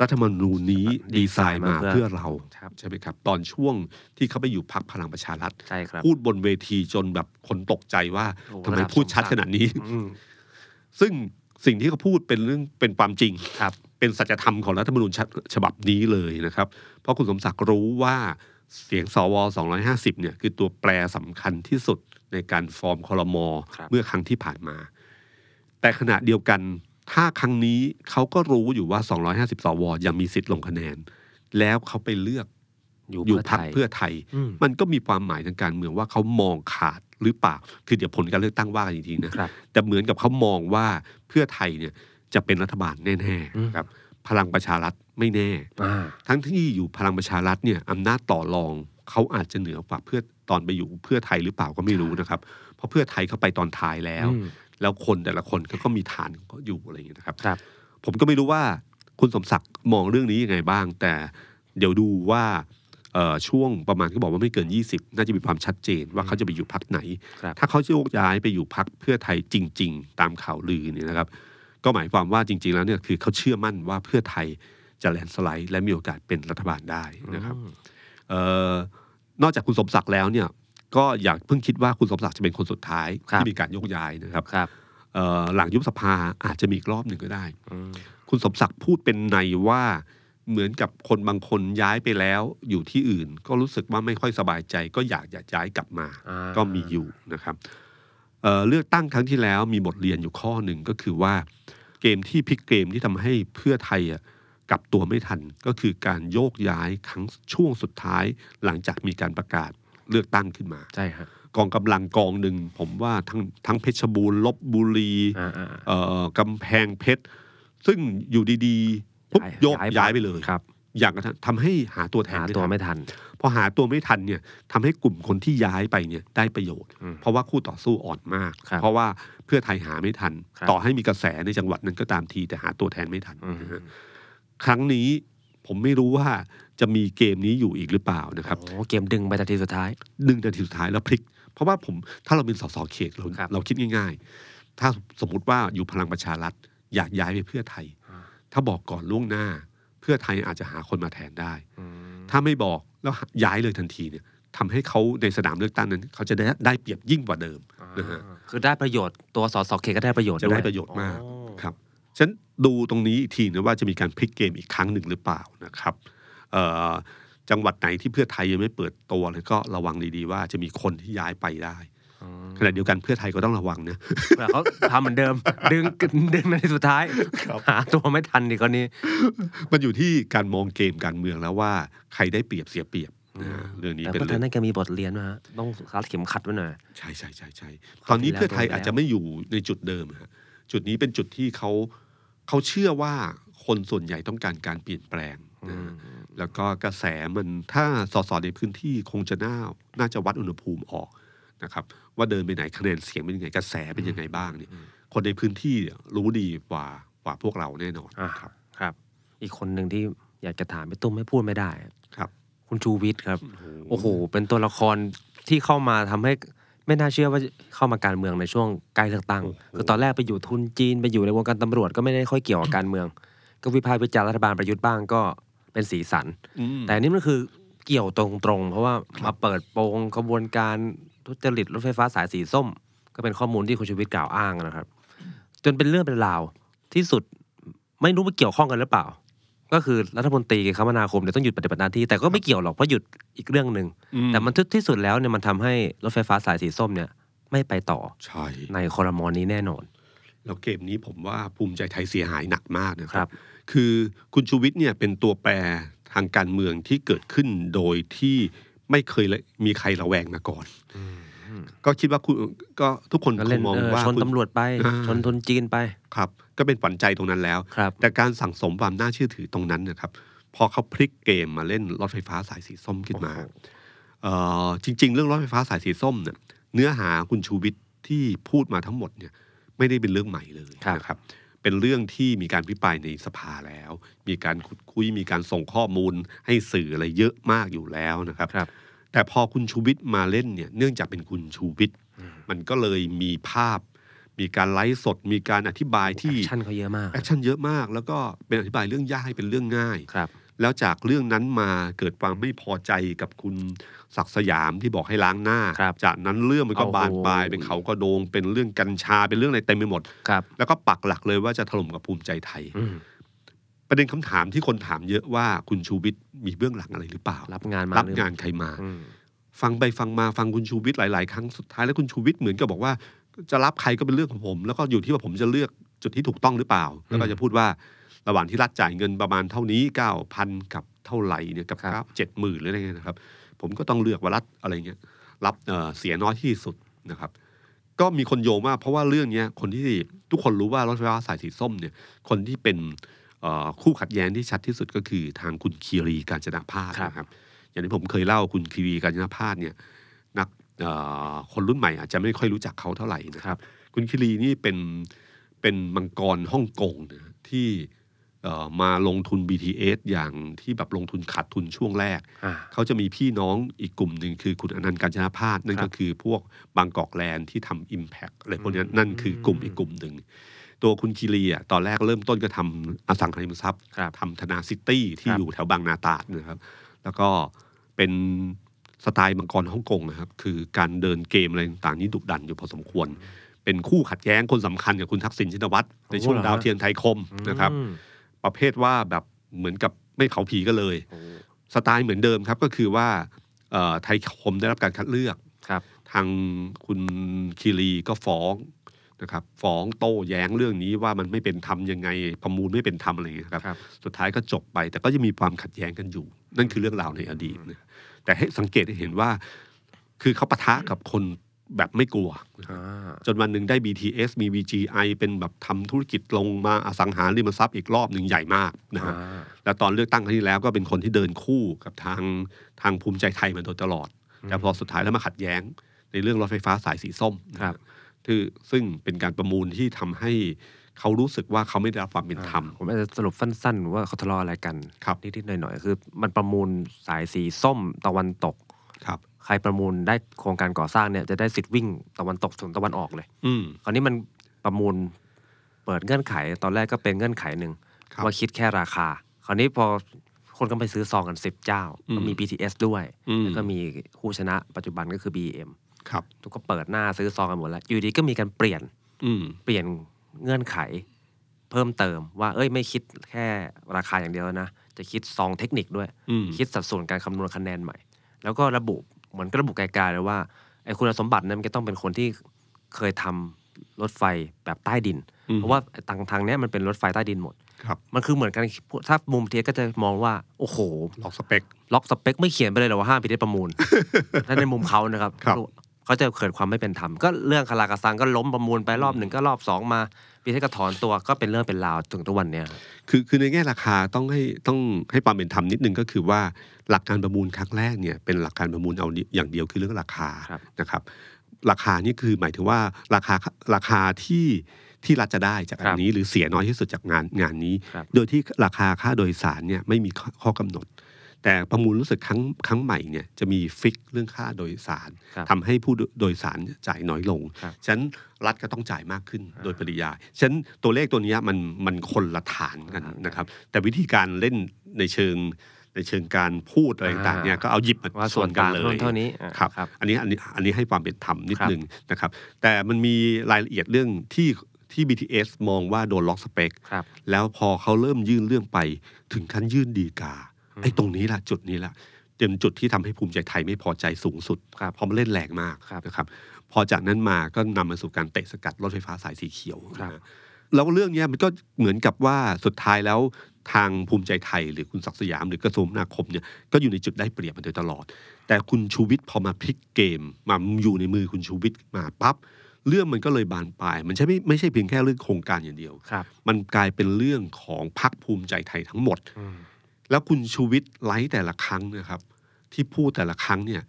รัฐธรรมนูญนี้ดีไซน์มา มาเพื่อ เพื่อเรา ครับ ใช่ไหมครับ ตอนช่วงที่เขาไปอยู่พักพลังประชารัฐ ใช่ครับ พูดบนเวทีจนแบบคนตกใจว่า โอ้ ทำไม ระดับ พูดชัด สงสาร ขนาดนี้ อืม ซึ่งสิ่งที่เขาพูดเป็นเรื่องเป็นความจริง ครับ เป็นสัจธรรมของรัฐธรรมนูญฉฉบับนี้เลยนะครับ เพราะคุณสมศักดิ์รู้ว่าเสียงสว250เนี่ยคือตัวแปรสำคัญที่สุดในการฟอร์มคอรมอ ครับ เมื่อครั้งที่ผ่านมา แต่ขณะเดียวกันถ้าครั้งนี้เขาก็รู้อยู่ว่า 250 สวยังมีสิทธิ์ลงคะแนน แล้วเขาไปเลือก อยู่ อยู่พัก ไทย เพื่อไทย ม มันก็มีความหมายทางการเมืองว่าเขามองขาดหรือเปล่าคือเดี๋ยวผลการเลือกตั้งว่ากันอีกทีนะ ครับ แต่เหมือนกับเขามองว่าเพื่อไทยเนี่ยจะเป็นรัฐบาลแน่ อืม ๆครับพลังประชารัฐไม่แน่ อ่า ทั้งที่อยู่พลังประชารัฐเนี่ยอำนาจต่อรองเขาอาจจะเหนือกว่าเพื่อตอนไปอยู่เพื่อไทยหรือเปล่าก็ไม่รู้นะครับ เพราะเพื่อไทยเขาไปตอนท้ายแล้ว อืม แล้วคนแต่ละคนก็ก็มีฐานก็อยู่อะไรอย่างเงี้ยนะครับ ครับ ผมก็ไม่รู้ว่าคุณสมศักดิ์มองเรื่องนี้ยังไงบ้าง แต่เดี๋ยวดูว่าเอ่อช่วงประมาณก็บอกว่าไม่เกิน 20 น่าจะมีความชัดเจนว่าเขาจะไปอยู่พักไหน ครับ ถ้าเขาโยกย้ายไปอยู่พักเพื่อไทยจริง ๆ ตามข่าวลือเนี่ยนะครับ ก็หมายความว่าจริง ๆ แล้วเนี่ยคือเขาเชื่อมั่นว่าเพื่อไทยจะแลนด์สไลด์ และมีโอกาสเป็นรัฐบาลได้นะครับเอ่อนอกจากคุณสมศักดิ์แล้วเนี่ยก็อยากเพิ่งคิดว่าคุณสมศักดิ์จะเป็นคนสุดท้าย ครับ ที่มีการโยกย้ายนะครับ ครับ เอ่อหลังยุบสภาอาจจะมีอีกรอบหนึ่งก็ได้ อืม คุณสมศักดิ์พูดเป็นในว่าเหมือนกับคนบางคนย้ายไปแล้วอยู่ที่อื่น ก็รู้สึกว่าไม่ค่อยสบายใจ ก็อยากจะย้ายกลับมา อ่า ก็มีอยู่นะครับเอ่อเลือกตั้งครั้งที่แล้วมีบทเรียนอยู่ข้อหนึ่งก็คือว่า เกมที่พลิกเกมที่ทำให้เพื่อไทยอะกลับตัวไม่ทัน ก็คือการโยกย้ายครั้งช่วงสุดท้าย หลังจากมีการประกาศเลือกตั้งขึ้นมา ใช่ฮะ กองกำลังกองหนึ่งผมว่าทั้งทั้งเพชรบูรณ์ลบบุรี อ่าอ่า เอ่อกำแพงเพชร ซึ่งอยู่ดีๆปุ๊บโยกย้ายไปเลย ครับ อย่างกระทั่งทำให้หาตัวแทน หา ไม่ ตัว ทัน ไม่ทัน พอหาตัวไม่ทันเนี่ยทำให้กลุ่มคนที่ย้ายไปเนี่ยได้ประโยชน์ อืม เพราะว่าคู่ต่อสู้อ่อนมาก ครับ เพราะว่าเพื่อไทยหาไม่ทัน ครับ ต่อให้มีกระแสในจังหวัดนั้นก็ตามทีแต่หาตัวแทนไม่ทัน อืม นะฮะครั้งนี้ ผมไม่รู้ว่าจะมีเกมนี้อยู่อีกหรือเปล่านะครับ โอ้เกมดึงไปนาทีสุดท้าย ดึงนาทีสุดท้ายแล้วพลิก เพราะว่าผมถ้าเราเป็นสสเขตเรา ครับ เราคิดง่าย ๆ ถ้าสมมุติว่าอยู่พลังประชารัฐอยากย้ายไปเพื่อไทย อ่า ถ้าบอกก่อนล่วงหน้า เพื่อไทยอาจจะหาคนมาแทนได้ ถ้าไม่บอกแล้วย้ายเลยทันทีเนี่ยทำให้เขาในสนามเลือกตั้งนั้น เขาจะได้ได้เปรียบยิ่งกว่าเดิม นะฮะ คือได้ประโยชน์ตัวสสเขตก็ได้ประโยชน์ จะได้ ว ประโยชน์มาก อ๋อ ครับฉะนันดูตรงนี้อีกทีนะว่าจะมีการพลิกเกมอีกครั้งหนึ่งหรือเปล่านะครับเอ่อจังหวัดไหนที่เพื่อไทยยังไม่เปิดตัวเลยก็ระวังดีๆว่าจะมีคนที่ย้ายไปได้ อืม ขณะเดียวกันเพื่อไทยก็ต้องระวังนะ เผื่อเขาทำเหมือนเดิม ดึงดึงนาทีสุดท้ายหาตัวไม่ทันอีกคนนี้ มันอยู่ที่การมองเกมการเมืองแล้วว่าใครได้เปรียบเสียเปรียบนะฮะเรื่องนี้ แต่ เป็น เพื่อไท เรื่อยง น่าจะมีบทเรียนนะฮะต้องรัดเข็มขัดไว้หน่อย ใช่ใช่ใช่ใช่ ค ต ราวที่อนนี้แล้วเพื่อไทย โดนไปแล้ว อาจจะไม่อยู่ในจุดเดิมฮะจุดนี้เป็นจุดที่เขาเขาเชื่อว่าคนส่วนใหญ่ต้องการการเปลี่ยนแปลงนะฮะ แล้วก็กระแสมันถ้าสสในพื้นที่คงจะน่าน่าจะวัดอุณหภูมิออกนะครับ ว่าเดินไปไหนคะแนนเสียงเป็นยังไงกระแสเป็นยังไงบ้างเนี่ยคนในพื้นที่เนี่ยรู้ดีกว่ากว่าพวกเราแน่นอน อ่ะ ค ค รั รั บบ ครับ อีกคนหนึ่งที่อยากจะถามพี่ตุ้มไม่พูดไม่ได้ ครับ คุณชูวิทย์ครับ โอ้โห เป็นตัวละครที่เข้ามาทำให้ไม่น่าเชื่อว่าเข้ามาการเมืองในช่วงใกล้เลือกตั้ง คือตอนแรกไปอยู่ทุนจีนไปอยู่ในวงการตำรวจก็ไม่ได้ค่อยเกี่ยวกับการเมือง ก็วิพากษ์วิจารณ์รัฐบาลประยุทธ์บ้างก็เป็นสีสัน อืม แต่อันนี่มันคือเกี่ยวตรงๆ เพราะว่ามาเปิดโปงขบวนการทุจริตรถไฟฟ้าสายสีส้ม ก็เป็นข้อมูลที่คุณชูวิทย์กล่าวอ้างนะครับ จนเป็นเรื่องเป็นราวที่สุดไม่รู้ว่าเกี่ยวข้องกันหรือเปล่า ก็คือรัฐมนตรีคมนาคมเนี่ยต้องหยุดปฏิบัติหน้าที่แต่ก็ไม่เกี่ยวหรอกเพราะหยุดอีกเรื่องหนึ่ง อื แต่มันที่สุดแล้วเนี่ยมันทำให้รถไฟฟ้าสายสีส้มเนี่ยไม่ไปต่อ ใช่ ในคอรมอนี้แน่นอน แล้วเกมนี้ผมว่าภูมิใจไทยเสียหายหนักมากนะ ค ครั รับ บ คือคุณชูวิทย์เนี่ยเป็นตัวแปรทางการเมืองที่เกิดขึ้นโดยที่ไม่เคยเลยมีใครระแวงมาก่อน อืม ก็คิดว่าคุณก็ทุกคน ก็ ค เล่ ง น มอง เออ ว่า ชน คุณ ตำรวจไป อ่า ชนทุนจีนไป ครับก็เป็นฝันใจตรงนั้นแล้ว ครับ แต่การสั่งสมความน่าเชื่อถือตรงนั้นนะครับ พอเขาพลิกเกมมาเล่นรถไฟฟ้าสายสีส้มขึ้นมาเอ่อจริง ๆ เรื่องรถไฟฟ้าสายสีส้มเนี่ยเนื้อหาคุณชูวิทย์ที่พูดมาทั้งหมดเนี่ยไม่ได้เป็นเรื่องใหม่เลยนะครับ เป็นเรื่องที่มีการพิปรายในสภาแล้ว มีการขุดคุยมีการส่งข้อมูลให้สื่ออะไรเยอะมากอยู่แล้วนะครับ ครับ แต่พอคุณชูวิทย์มาเล่นเนี่ยเนื่องจากเป็นคุณชูวิทย์มันก็เลยมีภาพ มีการไลฟ์สด มีการอธิบายที่ แอคชั่นเขาเยอะมาก แอคชั่นเยอะมาก แล้วก็เป็นอธิบายเรื่องยากให้เป็นเรื่องง่าย ครับ แล้วจากเรื่องนั้นมาเกิดความไม่พอใจกับคุณศักดิ์สยามที่บอกให้ล้างหน้า ครับ จากนั้นเรื่องมันก็ โอ้โห บานปลายเป็นเขาก็โดง เป็นเรื่องกัญชาเป็นเรื่องอะไรเต็มไปหมด ครับ แล้วก็ปักหลักเลยว่าจะถล่มกับภูมิใจไทย อืม ประเด็นคำถามที่คนถามเยอะว่าคุณชูวิทย์มีเบื้องหลังอะไรหรือเปล่า รับงานมา รัหองบานใครมา อืม ฟังไปฟังมาฟังคุณชูวิทย์หลาย ๆ ครั้งสุดท้ายแล้วคุณชูวิทย์เหมือนกับบอกว่า จะรับใครก็เป็นเรื่องของผม แล้วก็อยู่ที่ว่าผมจะเลือกจุดที่ถูกต้องหรือเปล่า แล้วก็จะพูดว่าระหว่างที่รัฐจ่ายเงินประมาณเท่านี้เก้าพันกับเท่าไหร่เนี่ยกับเจ็ดหมื่นหรืออะไรเงี้ยนะครับ ผมก็ต้องเลือกว่ารัฐอะไรเงี้ยรับเอ่อเสียน้อยที่สุดนะครับ ก็มีคนโยงว่าเพราะว่าเรื่องเนี้ยคนที่ทุกคนรู้ว่ารถไฟฟ้าสายสีส้มเนี่ยคนที่เป็นเอ่อคู่ขัดแย้งที่ชัดที่สุดก็คือทางคุณคีรีการจนาภาสนะครับ อย่างที่ผมเคยเล่าคุณคีรีการจนาภาสเนี่ยนักเอ่อคนรุ่นใหม่อาจจะไม่ค่อยรู้จักเขาเท่าไหร่นะ ค ครับ รับ คุณคีรีนี่เป็นเป็นมังกรฮ่องกงนะที่เอ่อมาลงทุน BTS อย่างที่แบบลงทุนขาดทุนช่วงแรก อ่า เขาจะมีพี่น้องอีกกลุ่มหนึ่งคือคุณอนันต์การชนาพาสนั่น ครั ก็ บ คือพวกบางกอกแลนด์ที่ทำ Impact อะไรพวกนี้ อืม นั่นคือกลุ่มอีกกลุ่มหนึ่ง ตัวคุณคีรีอ่ะตอนแรกเริ่มต้นก็ทำอสังหาริมทรัพย์ ครับ ทำธนาซิตี้ที่ ครับ อยู่แถวบางนาตราดนะครับ แล้วก็เป็นสไตล์มังกรฮ่องกงนะครับ คือการเดินเกมอะไรต่างๆนี่ดุดันอยู่พอสมควร เป็นคู่ขัดแย้งคนสำคัญกับคุณทักษิณชินวัตรในช่วงดาวเทียมไทยคมนะครับ อืม ประเภทว่าแบบเหมือนกับไม่เขาผีก็เลย โอ้ สไตล์เหมือนเดิมครับก็คือว่าเอ่อไทยคมได้รับการคัดเลือก ครับ ทางคุณคีรีก็ฟ้องนะครับฟ้องโต้แย้งเรื่องนี้ว่ามันไม่เป็นธรรมยังไงประมูลไม่เป็นธรรมอะไรอย่างเงี้ยครับ ครับ สุดท้ายก็จบไป แต่ก็ยังมีความขัดแย้งกันอยู่ นั่นคือเรื่องราวในอดีตนะแต่ให้สังเกตให้เห็นว่า คือเขาปะทะกับคนแบบไม่กลัว อ่า จนวันหนึ่งได้ BTS มี VGI เป็นแบบทำธุรกิจลงมาอสังหาริมทรัพย์อีกรอบหนึ่งใหญ่มากนะฮะ แล้วตอนเลือกตั้งครั้งที่แล้วก็เป็นคนที่เดินคู่กับทางทางภูมิใจไทยมาโดยตลอด แต่พอสุดท้ายแล้วมาขัดแย้ง ในเรื่องรถไฟฟ้าสายสีส้ม ครับ ที่ซึ่งเป็นการประมูลที่ทำให้ เขารู้สึกว่าเขาไม่ได้รับความเป็นธรรม ผมอาจจะสรุปสั้นๆว่าเขาทะเลาะอะไรกัน ครับ นิดๆหน่อยๆคือ มันประมูลสายสีส้มตะวันตก ครับ ใครประมูลได้โครงการก่อสร้างเนี่ยจะได้สิทธิ์วิ่งตะวันตกถึงตะวันออกเลย อืม คราวนี้มันประมูลเปิดเงื่อนไข ตอนแรกก็เป็นเงื่อนไขหนึ่ง ครับ ว่าคิดแค่ราคา คราวนี้พอคนก็ไปซื้อซองกันสิบเจ้า อืม ก็มี BTS ด้วย อืม แล้วก็มีคู่ชนะปัจจุบันก็คือ BEM ครับ ทุกก็เปิดหน้าซื้อซองกันหมดแล้วอยู่ดีก็มีการเปลี่ยน อืม เปลี่ยนเงื่อนไขเพิ่มเติมว่าเอ้ยไม่คิดแค่ราคาอย่างเดียวแล้วนะ จะคิดซองเทคนิคด้วย อืม คิดสัดส่วนการคำนวณคะแนนใหม่ แล้วก็ระบุเหมือนก็ระบุไกลๆเลยว่าไอ้คุณสมบัตินั้นมันก็ต้องเป็นคนที่เคยทำรถไฟแบบใต้ดิน อืม เพราะว่าไอ้ทางทางเนี้ยมันเป็นรถไฟใต้ดินหมด ครับ มันคือเหมือนกันถ้ามุมเทียก็จะมองว่า โอ้โห ล็อกสเปค ล็อกสเปคไม่เขียนไปเลยเหรอว่าห้ามพิธีประ มูล ถ้าในมุมเขานะครับ ครับ เขาจะเกิดความไม่เป็นธรรมก็เรื่องคาราคาซังก็ล้มประมูลไปรอบหนึ่งก็รอบสองมาพิธีก็ถอนตัวก็เป็นเรื่องเป็นราวถึงทุกวันเนี้ยครับ คือคือในแง่ราคาต้องให้ต้องให้ความเป็นธรรมนิดนึงก็คือว่าหลักการประมูลครั้งแรกเนี่ยเป็นหลักการประมูลเอาอย่างเดียวคือเรื่องราคานะครับ ราคานี่คือหมายถึงว่าราคาราคาที่ที่รัฐจะได้จากอันนี้หรือเสียน้อยที่สุดจากงานงานนี้ โดยที่ราคาค่าโดยสารเนี่ยไม่มีข้อข้อกำหนด แต่ประมูลรู้สึกครั้งครั้งใหม่เนี่ยจะมีฟิกเรื่องค่าโดยสาร ครับ ทำให้ผู้โดยสารจ่ายน้อยลง ครับ ฉะนั้นรัฐก็ต้องจ่ายมากขึ้นโดยปริยาย ฉะนั้นตัวเลขตัวเนี้ยมันมันคนละฐานกัน อ่าน นะครับ แต่วิธีการเล่นในเชิงในเชิงการพูดอะไรต่างๆเนี่ย อ่า ก็เอาหยิบมา ว่าส่วน กั ต่างเท่านั้นเท่านี้อ่ะ ครับ ครับ อันนี้อันนี้อันนี้ให้ความเป็นธรรมนิด ครับ นึงนะครับ แต่มันมีรายละเอียดเรื่องที่ที่ BTS มองว่าโดนล็อกสเปค ครับ แล้วพอเขาเริ่มยื่นเรื่องไปถึงขั้นยื่นดีกาไอ้ตรงนี้แหละจุดนี้แหละเป็นจุดที่ทำให้ภูมิใจไทยไม่พอใจสูงสุด ครับ เพราะมันเล่นแรงมาก ครับ นะครับ พอจากนั้นมาก็นำมาสู่การเตะสกัดรถไฟฟ้าสายสีเขียว ครันะบฮะแล้วเรื่องเนี้ยมันก็เหมือนกับว่าสุดท้ายแล้วทางภูมิใจไทย หรือคุณศักดิ์สยามหรือกระทรวงคมนาคมเนี่ยก็อยู่ในจุดได้เปรียบมาโดยตลอด แต่คุณชูวิทย์พอมาพลิกเกมมาอยู่ในมือคุณชูวิทย์มาปั๊บเรื่องมันก็เลยบานปลาย มันใช่ไม่ไม่ใช่เพียงแค่เรื่องโครงการอย่างเดียว ครับ มันกลายเป็นเรื่องของพรรคภูมิใจไทยทั้งหมด แล้วคุณชูวิทย์ไลฟ์แต่ละครั้งนะครับ ที่พูดแต่ละครั้งเนี่ย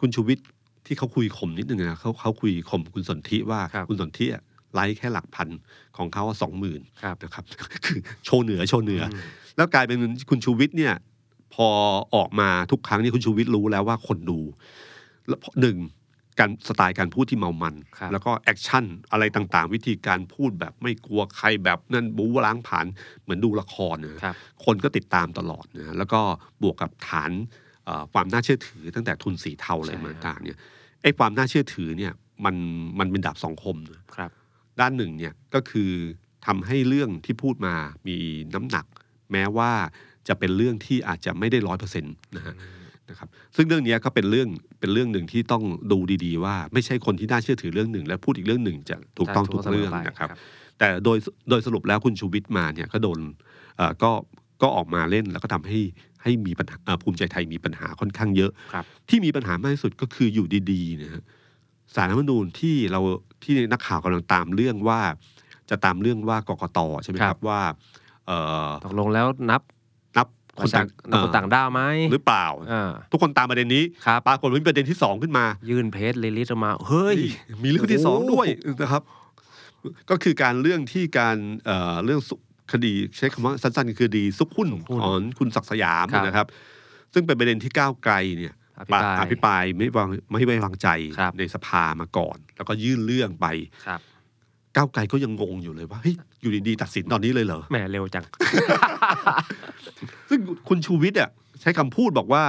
คุณชูวิทย์ที่เขาคุยข่มนิดนึงนะเขาเขาคุยข่มคุณสนธิว่า ครับ ณสนธิอะไลฟ์แค่หลักพันของเขาสองหมื่น ครับ นะครับ คือโชว์เหนือโชว์เหนืออแล้วกลายเป็นคุณชูวิทย์เนี่ย พอออกมาทุกครั้งนี่คุณชูวิทย์รู้แล้วว่าคนดูแล้วหนึ่งการสไตล์การพูดที่เมามัน ครับ แล้วก็แอคชั่นอะไรต่างๆ วิธีการพูดแบบไม่กลัวใครแบบนั่นบู๊ล้างผ่านเหมือนดูละครนะ ครับ คนก็ติดตามตลอดนะแล้วก็บวกกับฐานเอ่อความน่าเชื่อถือตั้งแต่ทุนสีเทาอะไร ใช่ มาต่างเนี่ยไอ้ความน่าเชื่อถือเนี่ยมันมันเป็นดาบสองคมนะครับ ด้านหนึ่งเนี่ยก็คือทำให้เรื่องที่พูดมามีน้ำหนัก แม้ว่าจะเป็นเรื่องที่อาจจะไม่ได้ร้อยเปอร์เซ็นต์นะฮะนะครับซึ่งเรื่องเนี้ยก็เป็นเรื่องเป็นเรื่องหนึ่งที่ต้องดูดีๆ ว่าไม่ใช่คนที่น่าเชื่อถือเรื่องหนึ่ง แล้วพูดอีกเรื่องหนึ่งจะถูกต้องทุกเรื่องนะครับ แต่โดยโดยสรุปแล้วคุณชูวิทย์มาเนี่ยก็โดนเอ่อก็ก็ออกมาเล่นแล้วก็ทำให้ให้มีปัญหาเอ่อภูมิใจไทยมีปัญหาค่อนข้างเยอะ ครับ ที่มีปัญหามากที่สุดก็คืออยู่ดีๆนะฮะสารรัฐธรรมนูญที่เราที่นักข่าวกำลังตามเรื่องว่า จะตามเรื่องว่ากกตใช่ไหมค ครั รับบ ว่าเอ่อ ตกลงแล้วนับ นับค คน น ต่า ต่าง งนับคนต่างด้าวไหม เอ่อหรือเปล่า อ่า ทุกคนตามประเด็นนี้ ครับ ปรากฏว่ามีประเด็นที่สองขึ้นมา ยื่นเพจลิลิตออกมา เฮ้ย นี่มีเรื่องที่สอง โอ้โห ด้วยนะครับ ก็คือการเรื่องที่การเอ่อเรื่องสุคดีใช้คำว่าสั้นๆคือคดีซุกหุ้นของคุณศักดิ์สยามนะครับ ซึ่งเป็นประเด็นที่ก้าวไกลเนี่ย อภิปราย อภิปรายไม่วางไม่ไว้วางใจ ครับ ในสภามาก่อน แล้วก็ยื่นเรื่องไป ครับ ก้าวไกลก็ยังงงอยู่เลยว่าเฮ้ยอยู่ดีๆตัดสินตอนนี้เลยเหรอ แหมเร็วจัง ซึ่งคุณชูวิทย์อ่ะใช้คำพูดบอกว่า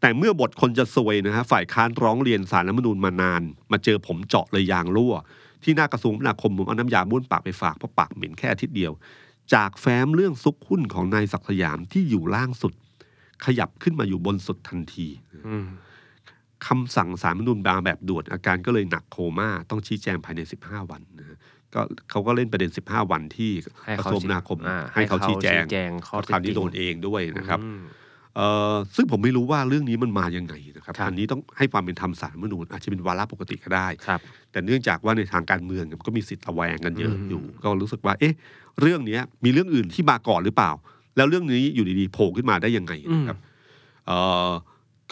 แต่เมื่อบทคนจะซวยนะฮะฝ่ายค้านร้องเรียนสารรัฐธรรมนูญมานาน มาเจอผมเจาะเลยยางรั่ว ที่หน้ากระทรวงคมนาคมผมเอาน้ำยาบ้วนปากไปฝากเพราะปากเหม็นแค่อาทิตย์เดียว จากแฟ้มเรื่องซุกหุ้นของนายศักดิ์สยามที่อยู่ล่างสุด ขยับขึ้นมาอยู่บนสุดทันที อืม คำสั่งสารรัฐธรรมนูญบางแบบด่วนอาการก็เลยหนักโคม่าต้องชี้แจงภายใน 15 วันนะฮะก็เขาก็เล่นประเด็น 15 วันที่ ให้ กระ เขา ทรวงคมนาคม อ่ ให้เขาชี้แจง แจงข้อเท็จ คราวนี้ จ โด ริง นเองด้วยนะครับ อืม เอ่อซึ่งผมไม่รู้ว่าเรื่องนี้มันมายังไงนะครับ ครับ อันนี้ต้องให้ความเป็นธรรมสารรัฐธรรมนูญอาจจะเป็นวาระปกติก็ได้ ครับ แต่เนื่องจากว่าในทางการเมืองมันก็มีสิทธิ์ระแวงกันเยอะ อืม อยู่ ก็รู้สึกว่า เอ๊ะ เรื่องเนี้ยมีเรื่องอื่นที่มาก่อนหรือเปล่า แล้วเรื่องนี้อยู่ดีๆโผล่ขึ้นมาได้ยังไงนะครับเอ่อ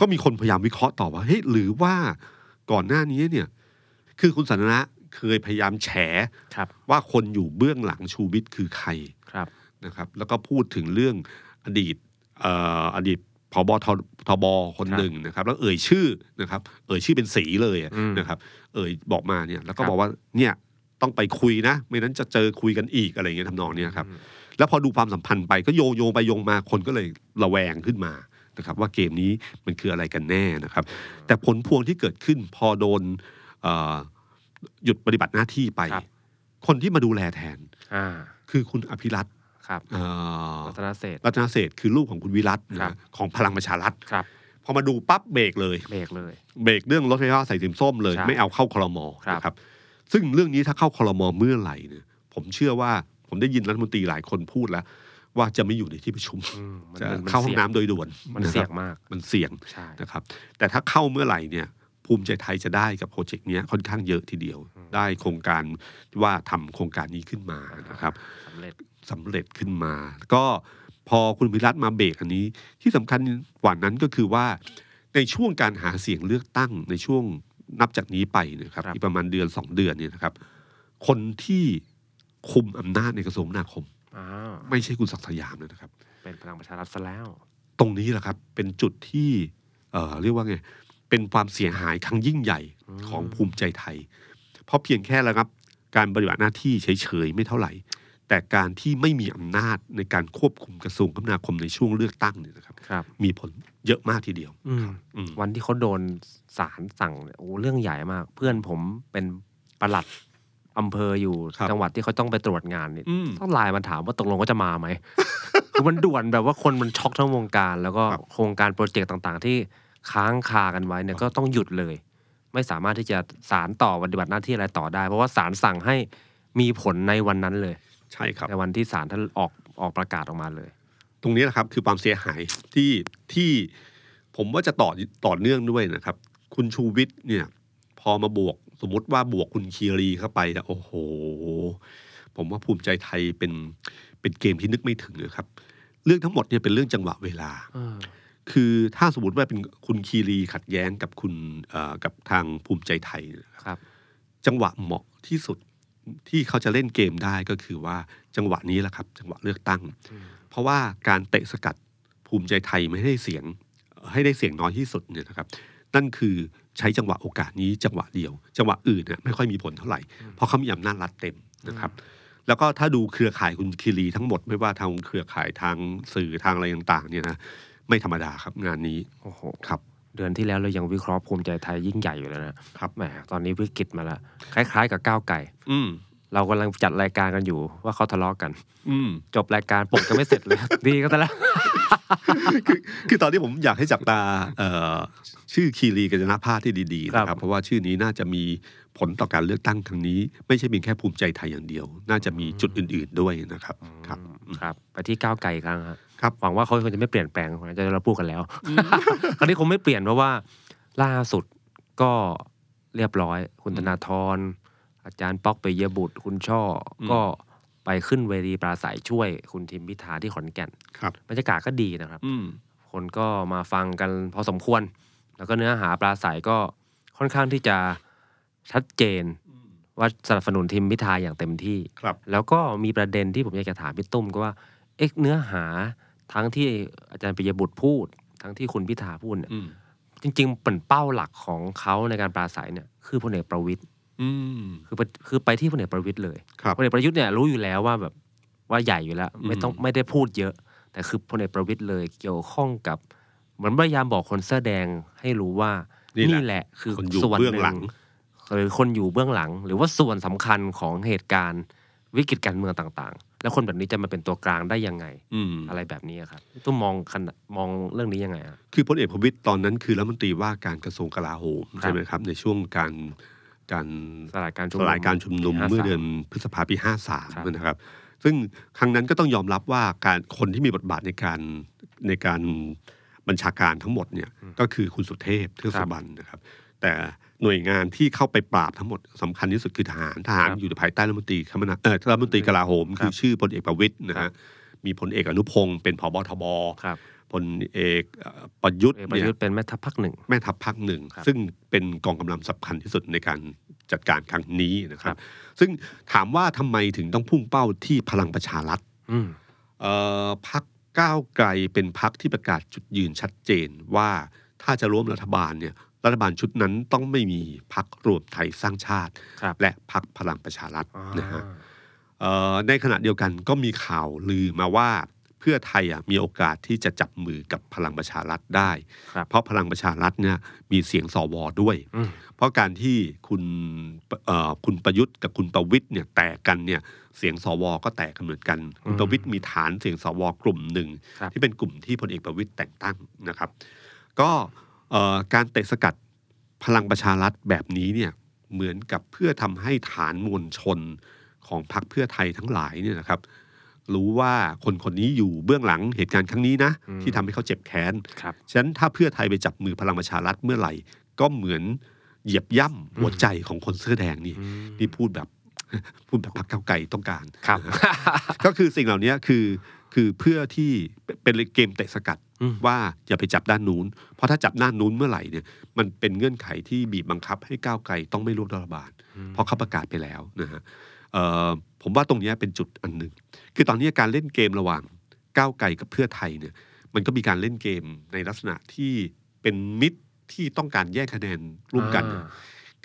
ก็มีคนพยายามวิเคราะห์ต่อว่าเฮ้ยหรือว่าก่อนหน้านี้เนี่ย คือคุณสันทนะ เคยพยายามแฉ ครับ ว่าคนอยู่เบื้องหลังชูวิทย์คือใคร ครับ นะครับแล้วก็พูดถึงเรื่องอดีตเอ่ออดีตพบททบคนหนึ่งนะครับ แล้วเอ่ยชื่อนะครับ เอ่ยชื่อเป็นสีเลยอะ อืม นะครับ เอ่ยบอกมาเนี่ยแล้วก็ ครับ บอกว่าเนี่ยต้องไปคุยนะ ไม่นั้นจะเจอคุยกันอีกอะไรอย่างเงี้ยทำนองเนี้ยครับ แล้วพอดูความสัมพันธ์ไปก็โยงโยงไปโยงมาคนก็เลยระแวงขึ้นมานะครับ ว่าเกมนี้มันคืออะไรกันแน่นะครับ แต่ผลพวงที่เกิดขึ้นพอโดนเอ่อหยุดปฏิบัติหน้าที่ไป ครับ คนที่มาดูแลแทน อ่า คือคุณอภิรัตน์ ครับ เอ่อ วัฒนเศรษฐ์ รัตนเศรษฐ์คือลูกของคุณวิรัต ครั นะ บ ของพลังประชารัฐ ครับ พอมาดูปั๊บเบรกเลย เบรกเลย เบรกเรื่องรถไฟฟ้าสายสีส้มเลย ใช่ ไม่เอาเข้าคลม ครับ นะครับ ซึ่งเรื่องนี้ถ้าเข้าคลมเมื่อไหร่เนี่ยผมเชื่อว่าผมได้ยินรัฐมนตรีหลายคนพูดแล้ว ว่าจะไม่อยู่ในที่ประชุม อืมมัน จะ มัน เข้าห้อง สี่ย น้ำโดยด่วน มัน นะครับ เสี่ยงมาก มันเสี่ยง ใช่ นะครับ แต่ถ้าเข้าเมื่อไหร่เนี่ย ภูมิใจไทยจะได้กับโปรเจกต์เนี้ยค่อนข้างเยอะทีเดียว ได้โครงการที่ว่าทำโครงการนี้ขึ้นมานะครับ สำเร็จ สำเร็จขึ้นมา ก็พอคุณพิรัตน์มาเบรกอันนี้ ที่สำคัญกว่านั้นก็คือว่า ในช่วงการหาเสียงเลือกตั้งในช่วงนับจากนี้ไปเนะครับอีกประมาณเดือนสองเดือนเนี่ยนะครับ คนที่คุมอำนาจในกระทรวงคมนาคม อ้าว ไม่ใช่คุณศักดิ์สยามเลยนะครับ เป็นพลังประชารัฐซะแล้ว ตรงนี้แหละครับ เป็นจุดที่เอ่อเรียกว่าไง เป็นความเสียหายครั้งยิ่งใหญ่ อืม ของภูมิใจไทย เพราะเพียงแค่แล้วครับ การปฏิบัติหน้าที่เฉยๆ ไม่เท่าไหร่ แต่การที่ไม่มีอำนาจในการควบคุมกระทรวงคมนาคมในช่วงเลือกตั้งเนี่ยนะครับ ครับ มีผลเยอะมากทีเดียว อืม อืม วันที่เขาโดนศาลสั่งเนี่ยโอ้โหเรื่องใหญ่มาก เพื่อนผมเป็นประหลัดอำเภออยู่ ครับ จังหวัดที่เขาต้องไปตรวจงานนี่ อืม ต้องไลน์มาถามว่าตกลงว่าจะมาไหม คือมันด่วนแบบว่าคนมันช็อกทั้งวงการ แล้วก็ ครับ โครงการโปรเจกต์ต่างๆ ที่ค้างคากันไว้เนี่ยก็ต้องหยุดเลย ไม่สามารถที่จะสารต่อปฏิบัติหน้าที่อะไรต่อได้ เพราะว่าศาลสั่งให้มีผลในวันนั้นเลย ใช่ครับ ในวันที่ศาลท่านออกออกประกาศออกมาเลย ตรงนี้แหละครับคือความเสียหายที่ที่ผมว่าจะต่อต่อเนื่องด้วยนะครับ คุณชูวิทย์เนี่ย พอมาบวกสมมติว่าบวกคุณคีรีเข้าไปนะโอ้โห ผมว่าภูมิใจไทยเป็นเป็นเกมที่นึกไม่ถึงเลยครับ เรื่องทั้งหมดเนี่ยเป็นเรื่องจังหวะเวลา คือถ้าสมมติว่าเป็นคุณคีรีขัดแย้งกับคุณเอ่อกับทางภูมิใจไทยเนี่ย ครับ จังหวะเหมาะที่สุดที่เขาจะเล่นเกมได้ก็คือว่าจังหวะนี้แหละครับ จังหวะเลือกตั้ง อืม เพราะว่าการเตะสกัดภูมิใจไทยไม่ได้เสียงให้ได้เสียงน้อยที่สุดเนี่ยนะครับ นั่นคือใช้จังหวะโอกาสนี้จังหวะเดียว จังหวะอื่นเนี่ยไม่ค่อยมีผลเท่าไหร่ เพราะเขามีอำนาจรัดเต็มนะครับ แล้วก็ถ้าดูเครือข่ายคุณคีรีทั้งหมดไม่ว่าทางเครือข่ายทางสื่อทางอะไรต่างๆเนี่ยนะไม่ธรรมดาครับงานนี้ โอ้โห ครับ เดือนที่แล้วเรายังวิเคราะห์ภูมิใจไทยยิ่งใหญ่อยู่แล้วนะครับ แหมตอนนี้วิกฤตมาแล้วคล้ายๆ กับก้าวไก่ อืม เรากำลังจัดรายการกันอยู่ว่าเขาทะเลาะกัน อืม จบรายการปกจะไม่เสร็จเลย ดีก็แต่ละ คือคือตอนนี้ผมอยากให้จับตาเอ่อชื่อคีรีกัญจนาภาที่ดีๆนะค ครั รั บบ เพราะว่าชื่อนี้น่าจะมีผลต่อการเลือกตั้งครั้งนี้ ไม่ใช่เพียงแค่ภูมิใจไทยอย่างเดียว น่าจะมีจุดอื่นๆด้วยนะครับครับ ครับไปที่ก้าวไก่อีกครั้งฮะ ครับ หวังว่าเขาคงจะไม่เปลี่ยนแปลงหลังจากที่เราพูดกันแล้ว คราวนี้คงไม่เปลี่ยนเพราะว่าล่าสุดก็เรียบร้อย คุณธนาธรอาจารย์ป๊อกเปยบุตร คุณช่ออ ม ก็ไปขึ้นเวทีปราศัยช่วย คุณทิมพิธาที่ขอนแก่น ครับ บรรยากาศก็ดีนะครับ อืม คนก็มาฟังกันพอสมควร แล้วก็เนื้อหาปลาใสก็ค่อนข้างที่จะชัดเจนว่าสนับสนุนทีมพิธาอย่างเต็มที่ ครับ แล้วก็มีประเด็นที่ผมอยากจะถามพี่ตุ้มก็ว่าเอ๊ะเนื้อหาทั้งที่อาจารย์ปิยบุตรพูด ทั้งที่คุณพิธาพูดเนี่ย อืม จริงๆเป็นเป้าหลักของเขาในการปราศัยเนี่ยคือพลเอกประวิตย อืม คือไปคือไปที่พลเอกประวิตยเลย ครับ พลเอกประยุทธ์เนี่ยรู้อยู่แล้วว่าแบบว่าใหญ่อยู่แล้ว อืม ไม่ต้องไม่ได้พูดเยอะ แต่คือพลเอกประวิตยเลยเกี่ยวข้องกับ เหมือนพยายามบอกคนเสื้อแดงให้รู้ว่านี่แหละคือ คนอยู่ ส่วน เบื้อง นึ่ หลัง หรือคนอยู่เบื้องหลัง หรือว่าส่วนสำคัญของเหตุการณ์วิกฤตการเมืองต่างๆ แล้วคนแบบนี้จะมาเป็นตัวกลางได้ยังไง อืม อะไรแบบนี้ครับต้องมองขนาดมองเรื่องนี้ยังไงอะ คือพลเอกประวิตยตอนนั้นคือรัฐมนตรีว่าการกระทรวงกลาโหม ครับ ใช่ไหมครับ ในช่วงการการ สลายการชุม ส นุม ลายการชุมนุมเมื่อเดือนพฤษภาปี ครับ 53 นะครับ ซึ่งครั้งนั้นก็ต้องยอมรับว่าการคนที่มีบทบาทในการในการบัญชาการทั้งหมดเนี่ยก็คือคุณสุเทพเทือกสุบรรณนะครับ แต่หน่วยงานที่เข้าไปปราบทั้งหมดสำคัญที่สุดคือทหารทหาร ครับ อยู่ภายใต้รัฐมนตรีคมนาเออรัฐมนตรีกลาโหม ครับ คือชื่อพลเอกประวิตยนะฮะมีพลเอกอนุพงศ์เป็นผบทบ ครับ พลเอกเอ่อประยุท พล ธ์ เอกประ เนี่ย ยุทธ์เป็นแม่ทัพภาคหนึ่ง แม่ทัพภาคหนึ่ง ครับ ซึ่งเป็นกองกำลังสำคัญที่สุดในการ จัดการครั้งนี้นะครั ครับ บ ซึ่งถามว่าทำไมถึงต้องพุ่งเป้าที่พลังประชารัฐ อืม เอ่อพักก้าวไกลเป็นพักที่ประกาศจุดยืนชัดเจนว่าถ้าจะร่วมรัฐบาลเนี่ยรัฐบาลชุดนั้นต้องไม่มีพักรวมไทยสร้างชาติ ครับ และพักพลังประชารัฐนะฮะ อ่า เอ่อในขณะเดียวกันก็มีข่าวลือมาว่าเพื่อไทยอ่ะมีโอกาสที่จะจับมือกับพลังประชารัฐได้ ครับ เพราะพลังประชารัฐเนี่ยมีเสียงสวด้วย อืม เพราะการที่คุณเอ่อคุณประยุทธ์กับคุณประวิทย์เนี่ยแตกกันเนี่ยเสียงสวก็แตกกันเหมือนกันคุณประวิทย์มีฐานเสียงสวกลุ่มหนึ่ง ครับ ที่เป็นกลุ่มที่พลเอกประวิทย์แต่งตั้งนะครับ ก็เอ่อการเตะสกัดพลังประชารัฐแบบนี้เนี่ยเหมือนกับเพื่อทำให้ฐานมวลชนของพรรคเพื่อไทยทั้งหลายเนี่ยนะครับ รู้ว่าคนคนนี้อยู่เบื้องหลังเหตุการณ์ครั้งนี้นะ ที่ทำให้เขาเจ็บแค้น ครับ ฉะนั้นถ้าเพื่อไทยไปจับมือพลังประชารัฐเมื่อไหร่ ก็เหมือนเหยียบย่ำหัวใจของคนเสื้อแดงนี่ อืม นี่พูดแบบ พูดแบบพรรคเก้าวไกลต้องการ ครับ ก็คือสิ่งเหล่านี้คือคือเพื่อที่เป็นเกมเตะสกัด อืม ว่าอย่าไปจับด้านนู้น เพราะถ้าจับด้านนู้นเมื่อไหร่เนี่ยมันเป็นเงื่อนไขที่บีบบังคับให้ก้าวไกลต้องไม่ร่วมรัฐบาล เพราะเขาประกาศไปแล้วนะฮะเอ่อผมว่าตรงเนี้ยเป็นจุดอันหนึ่งคือตอนนี้การเล่นเกมระหว่างก้าวไกลกับเพื่อไทยเนี่ยมันก็มีการเล่นเกมในลักษณะที่เป็นมิตรที่ต้องการแย่งคะแนนร่วมกันเนี่ย อ่า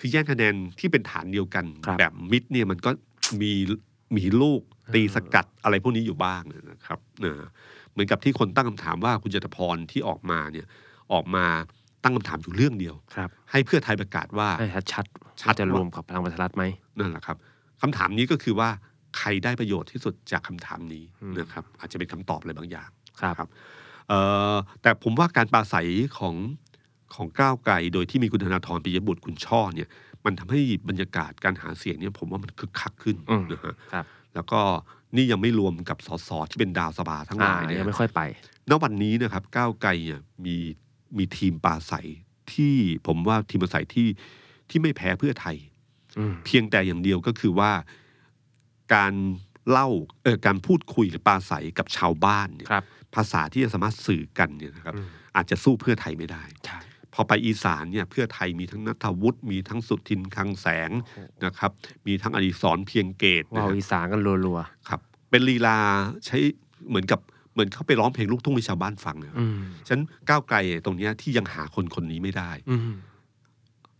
คือแย่งคะแนนที่เป็นฐานเดียวกัน ครับ แบบมิดเนี่ยมันก็มีมีลูกตีสกัดอะไรพวกนี้อยู่บ้างนะครับเออเหมือนกับที่คนตั้งคำถามว่าคุณจตพรที่ออกมาเนี่ยออกมาตั้งคำถามอยู่เรื่องเดียว ครับ ให้เพื่อไทยประกาศว่า ให้ชัดชัชัดชั ด ดจะรวมกับพลังประชารัฐไหม นั่นแหละครับคำถามนี้ก็คือว่าใครได้ประโยชน์ที่สุดจากคำถามนี้นะครับอาจจะเป็นคำตอบอะไรบางอย่าง ครับ ครับ เอ่อแต่ผมว่าการปราศัยของของก้าวไกลโดยที่มีคุณธนาธรปิยบุตรคุณช่อเนี่ย มันทำให้บรรยากาศการหาเสียงเนี่ยผมว่ามันคึกคักขึ้น อืม นะฮะ ครับ แล้วก็นี่ยังไม่รวมกับสสที่เป็นดาวสภาทั้งห อ่า ลายเนี่ย ยังไม่ค่อยไป ณวันนี้นะครับก้าวไกลเนี่ยมีมีทีมปราศัยที่ผมว่าทีมปราศัยที่ที่ไม่แพ้เพื่อไทย อืม เพียงแต่อย่างเดียวก็คือว่าการเล่าเออการพูดคุยหรือปราศัยกับชาวบ้านเนี่ย ครับ ภาษาที่จะสามารถสื่อกันเนี่ยนะครับ อืม อาจจะสู้เพื่อไทยไม่ได้ ใช่ พอไปอีสานเนี่ยเพื่อไทยมีทั้งนัทวุฒิมีทั้งสุทินคลังแสงนะครับ มีทั้งอดิศรเพียงเกตนะคว่าวรับ อีสานกันรัว ครับ เป็นลีลาใช้เหมือนกับเหมือนเขาไปร้องเพลงลูกทุ่งให้ชาวบ้านฟังนะครับๆอืม ฉะนันก้าวไกลตรงเนี้ยที่ยังหาคนคนนี้ไม่ได้ อืม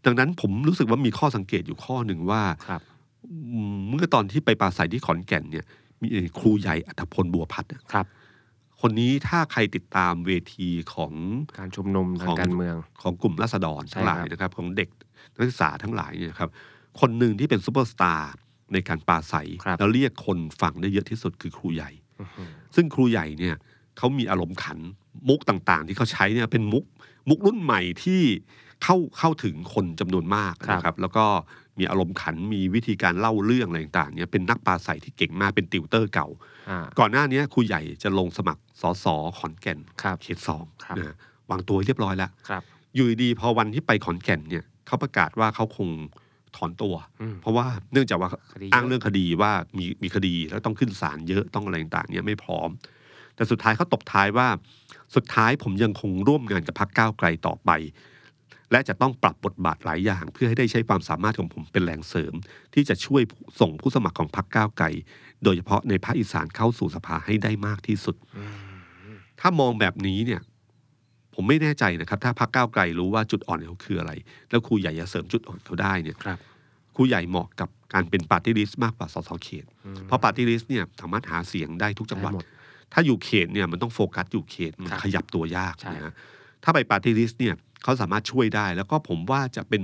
ดังนั้นผมรู้สึกว่ามีข้อสังเกตอยู่ข้อหนึ่งว่า ครับ อืมเมื่อตอนที่ไปปราศัยที่ขอนแก่นเนี่ยมีครูใหญ่อัธพลบัวพัฒน์อะ ครับ คนนี้ถ้าใครติดตามเวทีของ การชุมนุมทา ข ง อง การเมือง ของกลุ่มราษฎร ใช่ ทั้งหลาย ครับ นะครับ ของเด็กนักศึกษาทั้งหลายเนี่ยนะครับ คนหนึ่งที่เป็นซูเปอร์สตาร์ในการปราศัย ครับ แล้วเรียกคนฟังได้เยอะที่สุดคือครูใหญ่ ซึ่งครูใหญ่เนี่ยเขามีอารมณ์ขันมุกต่างๆ ที่เขาใช้เนี่ยเป็นมุกมุกรุ่นใหม่ที่เข้าเข้าถึงคนจำนวนมากนะครับ แล้วก็มีอารมณ์ขันมีวิธีการเล่าเรื่องอะไรต่างๆเนี่ยเป็นนักปราศัยที่เก่งมากเป็นติวเตอร์เก่า อ่า ก่อนหน้านี้ครูใหญ่จะลงสมัครสสขอนแก่น ครับ เขตสอง ครับ นะฮะวางตัวเรียบร้อยแล้ว ครับ อยู่ดีๆพอวันที่ไปขอนแก่นเนี่ยเขาประกาศว่าเขาคงถอนตัว อืม เพราะว่าเนื่องจากว่า คดีเยอะ อ้างเรื่องคดีว่ามีมีคดีแล้วต้องขึ้นศาลเยอะต้องอะไรต่างๆเนี่ยไม่พร้อม แต่สุดท้ายเขาตบท้ายว่า สุดท้ายผมยังคงร่วมงานกับพรรคก้าวไกลต่อไป และจะต้องปรับบทบาทหลายอย่าง เพื่อให้ได้ใช้ความสามารถของผมเป็นแรงเสริม ที่จะช่วยส่งผู้สมัครของพรรคก้าวไกลโดยเฉพาะในภาคอีสานเข้าสู่สภาให้ได้มากที่สุด ถ้ามองแบบนี้เนี่ย ผมไม่แน่ใจนะครับ ถ้าพรรคก้าวไกลรู้ว่าจุดอ่อนเขาคืออะไร แล้วครูใหญ่จะเสริมจุดอ่อนเขาได้เนี่ย ครับ ครูใหญ่เหมาะกับการเป็นปาร์ตี้ลิสต์มากกว่าสสเขต เพราะปาร์ตี้ลิสต์เนี่ยสามารถหาเสียงได้ทุกจังหวัด ได้หมด ถ้าอยู่เขตเนี่ยมันต้องโฟกัสอยู่เขตมัน ครับ ขยับตัวยาก ใช่ นะฮะถ้าไปปาร์ตี้ลิสต์เนี่ยเขาสามารถช่วยได้ แล้วก็ผมว่าจะเป็น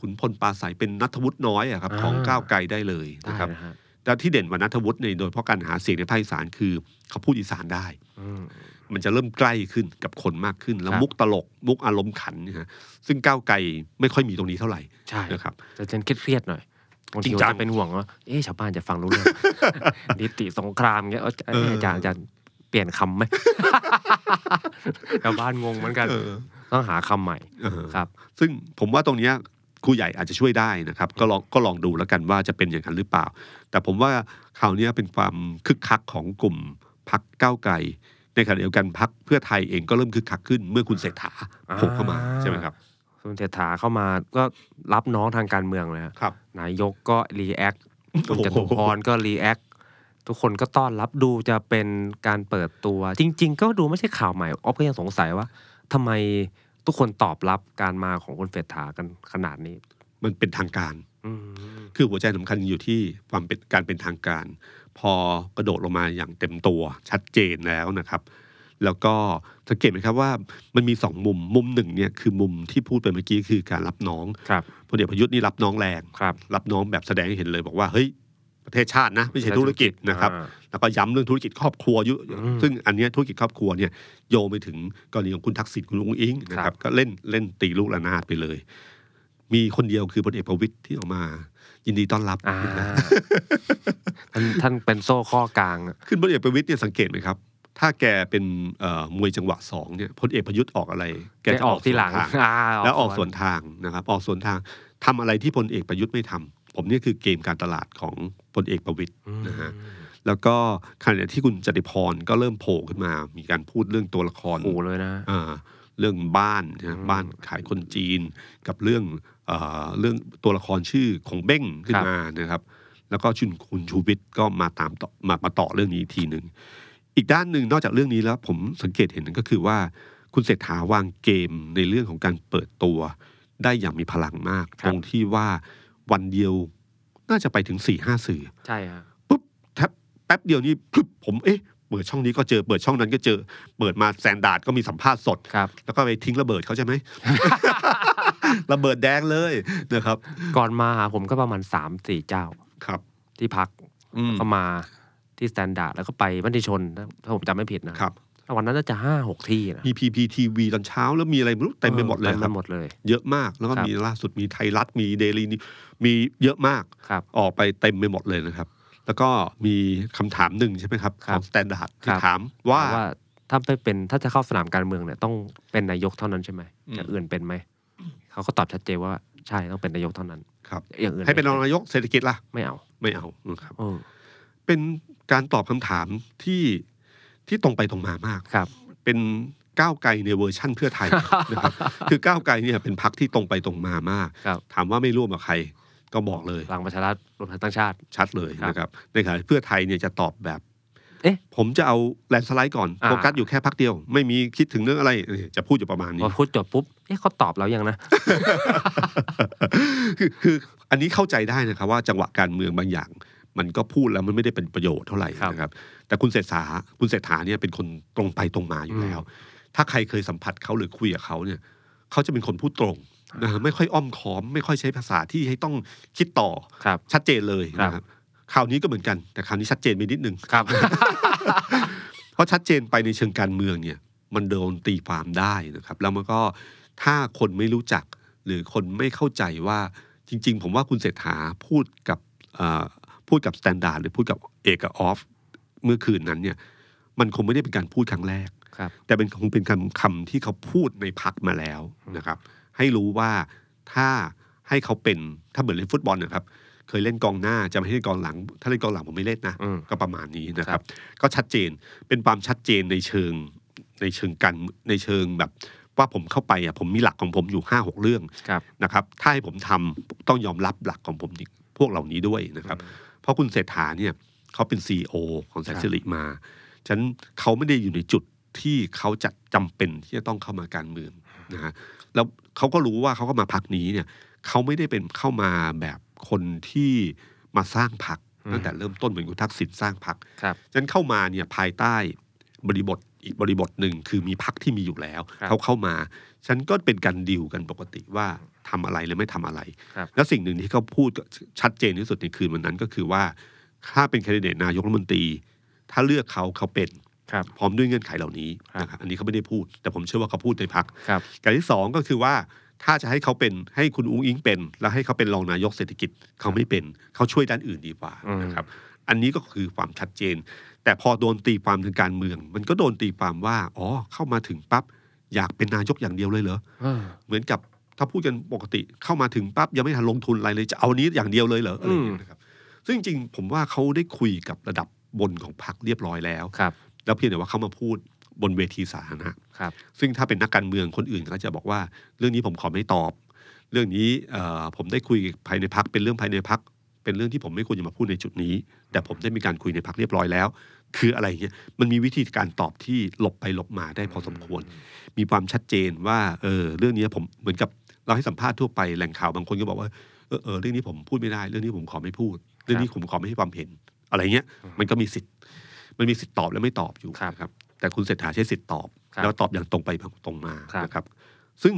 ขุนพลปราศัยเป็นนัทวุฒิน้อยอะครับของก้าวไกลได้เลย ได้ นะครับ นะฮะ แต่ที่เด่นกว่านัทวุฒิในโดยเฉพราะการหาเสียงในภาคอีสานคือเขาพูดอีสานได้ อืม มันจะเริ่มใกล้ขึ้นกับคนมากขึ้น แล้ว ครับ มุกตลก มุกอารมณ์ขันเนยฮะซึ่งก้าวไกลไม่ค่อยมีตรงนี้เท่าไหร่ ใช่ นะครับ จะเป็นเครียดๆหน่อยบาง จริ ที งจั จะ ง เป็นห่วงว่า เอ๊ะชาวบ้านจะฟังรู้เรื่อง นิติสงครามเงี้ยเอ้ย เอออ อาจารย์อาจารย์เปลี่ยนคำไห ม ชาวบ้านงงเหมือนกัน เออ ต้องหาคำใหม่ เออ ครับ ซึ่งผมว่าตรงเนี้ยครูใหญ่อาจจะช่วยได้นะครับ ก็ลองก็ลองดูแล้วกันว่าจะเป็นอย่างนั้นหรือเปล่า แต่ผมว่าคราวเนี้ยเป็นความคึกคักของกลุ่มพักก้าวไกลในขณะเดียวกันพักเพื่อไทยเองก็เริ่มคึกคักขึ้น เมื่อคุณเศรษฐา อ่า โผล่เข้ามาใช่ไหมครับ คุณเศรษฐาเข้ามาก็รับน้องทางการเมืองเลยฮะ ครับ นายกก็รีแอคคุณ โอ้โห จตุพรก็รีแอคทุกคนก็ต้อนรับดูจะเป็นการเปิดตัว จริง ๆ ก็ดูไม่ใช่ข่าวใหม่ออฟก็ยังสงสัยว่าทำไมทุกคนตอบรับการมาของคุณเศรษฐากันขนาดนี้ มันเป็นทางการ อืม คือหัวใจสำคัญอยู่ที่ความเป็นการเป็นทางการ พอกระโดดลงมาอย่างเต็มตัวชัดเจนแล้วนะครับ แล้วก็สังเกตไหมครับว่ามันมีสองมุมมุมหนึ่งเนี่ยคือมุมที่พูดไปเมื่อกี้คือการรับน้อง ครับ พลเอกประยุทธ์นี่รับน้องแรง ครับ รับน้องแบบแสดงให้เห็นเลยบอกว่าเฮ้ยประเทศชาตินะไม่ใช่ธุรกิจนะครับ อ่า แล้วก็ย้ำเรื่องธุรกิจครอบครัวอยู่ อืม ซึ่งอันเนี้ยธุรกิจครอบครัวเนี่ยโยงไปถึงกรณีของคุณทักษิณคุณลุงอิงนะค ครั รับบ ก็เล่นเล่นตีลูกระนาดไปเลย มีคนเดียวคือพลเอกประวิตยที่ออกมา ยินดีต้อนรับ อ่า นะ ท่านท่านเป็นโซ่ข้อกลางอะ ขึ้นพลเอกประวิตยเนี่ยสังเกตไหมครับ ถ้าแกเป็นเอ่อมวยจังหวะสองเนี่ยพลเอกประยุทธ์ออกอะไร ได้ออกที่หลังส วนทา อ่า แล้วออกสวนทางนะครับออกสวนทางทำอะไรที่พลเอกประยุทธ์ไม่ทำผมนี่คือเกมการตลาดของพลเอกประวิตย อืม นะฮะแล้วก็ขณะที่คุณจติพรก็เริ่มโผล่ขึ้นมา มีการพูดเรื่องตัวละคร ขู่เลยนะ อ่าเรื่องบ้านนะฮะบ้านขายคนจีน กับเรื่องเอ่อเรื่องตัวละครชื่อของเบ้งขึ้นมานะครับ แล้วก็ชุนคุณชูวิทย์ก็มาตามต่อมามาต่อเรื่องนี้อีกทีหนึ่งอีกด้านหนึ่งนอกจากเรื่องนี้แล้ว ผมสังเกตเห็นก็คือว่า คุณเศรษฐาวางเกมในเรื่องของการเปิดตัว ได้อย่างมีพลังมาก ครั ตรบงที่ว่าวันเดียวน่าจะไปถึงสี่ห้าสื่อ ใช่ฮะ ปุ๊บแทบแป๊บเดียวนี้ปุ๊บผมเอ๊ะเปิดช่องนี้ก็เจอเปิดช่องนั้นก็เจอ เปิดมาแซนดาร์ดก็มีสัมภาษณ์สด ครับ แล้วก็ไปทิ้งระเบิดเขาใช่ไหม ระเบิดแดงเลยนะครับ ก่อนมาหาผมก็ประมาณสามสี่เจ้า ครับ ที่พัก อืม ก็มาที่สแตนดาร์ดแล้วก็ไปมัธยชนนะถ้าผมจำไม่ผิดนะครับ วันนั้นน่าจะห้าหกที่นะ มีพีพีทีวีตอนเช้าแล้วมีอะไรไม่รู้เต็มไปหมดเลย เต็คมไป รับ หมดเลย เยอะมากแล้วก็ ครับ มีล่าสุดมีไทยรัฐมีเดลีนมีเยอะมาก ครับ ออกไปเต็มไปหมดเลยนะครับ แล้วก็มีคำถามหนึ่งใช่ไหมครับ ครั ข บ องสแตนดาร์ดที่ ครับ ถามว่า ว่าถ้าไปเป็นถ้าจะเข้าสนามการเมืองเนี่ยต้องเป็นนายกเท่านั้นใช่ไหม อืม จะอื่นเป็นไหมเขาก็ตอบชัดเจนว่าใช่ต้องเป็นนายกเท่านั้น ครับ อย่างอื่น ให้เป็นรองนายกเศรษฐกิจล่ะ ไม่เอา ไม่เอานะครับ เออ เป็นการตอบคำถามที่ที่ตรงไปตรงมามาก ครับ เป็นก้าวไกลในเวอร์ชั่นเพื่อ ไทย นะครับคือก้าวไกลเนี่ยเป็นพักที่ตรงไปตรงมามาก ครับ ถามว่าไม่ร่วมกับใครก็บอกเลย พลังประชารัฐรวมไทยสร้างชาติ ชัดเลย ครับ นะครับในขณะที่เพื่อไทยเนี่ยจะตอบแบบ เอ๊ะ ผมจะเอาแลนด์สไลด์ก่อน อ่า โฟกัสอยู่แค่พักเดียว ไม่มีคิดถึงเรื่องอะไรเออจะพูดอยู่ประมาณ พ นี้ อ พูดจบปุ๊บ เอ๊ะเขาตอบเรายังนะ คือคืออันนี้เข้าใจได้นะครับว่าจังหวะการเมืองบางอย่าง มันก็พูดแล้วมันไม่ได้เป็นประโยชน์เท่าไหร่ ครับ นะครับ แต่คุณเศรษฐาคุณเศรษฐาเนี่ยเป็นคนตรงไปตรงมาอยู่แล้ว ถ้าใครเคยสัมผัสเขาหรือคุยกับเขาเนี่ยเขาจะเป็นคนพูดตรงนะฮะไม่ค่อยอ้อมค้อม ไม่ค่อยใช้ภาษาที่ให้ต้องคิดต่อ ครับ ชัดเจนเลย ครับ นะครับคราวนี้ก็เหมือนกันแต่คราวนี้ชัดเจนไปนิดนึง ครับ เพราะชัดเจนไปในเชิงการเมืองเนี่ย มันโดนตีความได้นะครับ แล้วมันก็ถ้าคนไม่รู้จัก หรือคนไม่เข้าใจว่าจริง ๆ ผมว่าคุณเศรษฐาพูดกับเอ่อพูดกับสแตนดาร์ดหรือพูดกับเอกออฟเมื่อคืนนั้นเนี่ย มันคงไม่ได้เป็นการพูดครั้งแรก ครับ แต่เป็นคงเป็นคำคำที่เขาพูดในพักมาแล้วนะครับ ให้รู้ว่าถ้าให้เขาเป็นถ้าเหมือนเล่นฟุตบอลนะครับ เคยเล่นกองหน้าจะไม่ให้เล่นกองหลัง ถ้าเล่นกองหลังผมไม่เล่นนะ อืม ก็ประมาณนี้นะครับ ก็ชัดเจนเป็นความชัดเจนในเชิงในเชิงการในเชิงแบบ ว่าผมเข้าไปอ่ะผมมีหลักของผมอยู่5้าหกเรื่อง ครับ นะครับถ้าให้ผมทำต้องยอมรับหลักของผมนี่พวกเหล่านี้ด้วยนะครับ เพราะคุณเศรษฐาเนี่ยเขาเป็นซีอของแสนสิริมาฉะนันเขาไม่ได้อยู่ในจุดที่เขาจะจำเป็นที่จะต้องเข้ามาการเมืองนะฮะแล้วเขาก็รู้ว่าเขาก็มาพักนี้เนี่ยเขาไม่ได้เป็นเข้ามาแบบคนที่มาสร้างพัก อืม ตั้งแต่เริ่มต้นเหมือนคุณทักษิณสร้างพัก ครับ ฉะนั้นเข้ามาเนี่ยภายใต้บริบทอีกบริบทหนึ่งคือมีพักที่มีอยู่แล้ว ครับ เขาเข้ามาฉะนันก็เป็นการดิวกันปกติว่าทำอะไรหรือไม่ทำอะไร ครับ แล้วสิ่งหนึ่งที่เขาพูดก็ชัดเจนที่สุดในคืนวันนั้นก็คือว่าถ้าเป็นแคนดิเดตนายกรัฐมนตรี ถ้าเลือกเขาเขาเป็น ครับ พร้อมด้วยเงื่อนไขเหล่านี้ ครับ นะครับอันนี้เขาไม่ได้พูด แต่ผมเชื่อว่าเขาพูดในพัก ครับ การที่สองก็คือว่าถ้าจะให้เขาเป็นให้คุณอุ้งอิงเป็น แล้วให้เขาเป็นรองนายกเศรษฐกิจเขาไม่เป็นเขาช่วยด้านอื่นดีกว่า อืม นะครับ อันนี้ก็คือความชัดเจน แต่พอโดนตีความทางการเมือง มันก็โดนตีความว่า อ๋อ เข้ามาถึงปั๊บ อยากเป็นนายกอย่างเดียวเลยเหรอ เออ เหมือนกับถ้าพูดกันปกติเข้ามาถึงปั๊บ ยังไม่ทันลงทุนอะไรเลย จะเอานี้อย่างเดียวเลยเหรออะไรอย่างเงี้ยนะครับ ซึ่งจริงๆผมว่าเขาได้คุยกับระดับบนของพรรคเรียบร้อยแล้ว ครับ แล้วเพียงแต่ว่าเขามาพูด บนเวทีสาธารณะ ครับ ซึ่งถ้าเป็นนักการเมืองคนอื่นก็จะบอกว่า เรื่องนี้ผมขอไม่ตอบ เรื่องนี้เอ่อผมได้คุยกับภายในพักเป็นเรื่องภายในพักเป็นเรื่องที่ผมไม่ควรจะมาพูดในจุดนี้ แต่ผมได้มีการคุยในพักเรียบร้อยแล้ว คืออะไรเงี้ยมันมีวิธีการตอบที่หลบไปหลบมาได้พอสมควร มีความชัดเจนว่าเออเรื่องนี้ผมเหมือนกับเราให้สัมภาษณ์ทั่วไปแหล่งข่าวบางคนก็บอกว่าเออเออเรื่องนี้ผมพูดไม่ได้ เรื่องนี้ผมขอไม่พูด เรื่องนี้ผมขอไม่ให้ความเห็น อะไรเงี้ยมันก็มีสิทธิ์ มันมีสิทธิ์ตอบและไม่ตอบอยู่ ครับ นะครับ แต่คุณเศรษฐาใช้สิทธิ์ตอบ ครับ แล้วตอบอย่างตรงไปตรงมา ครับ นะครับ ซึ่ง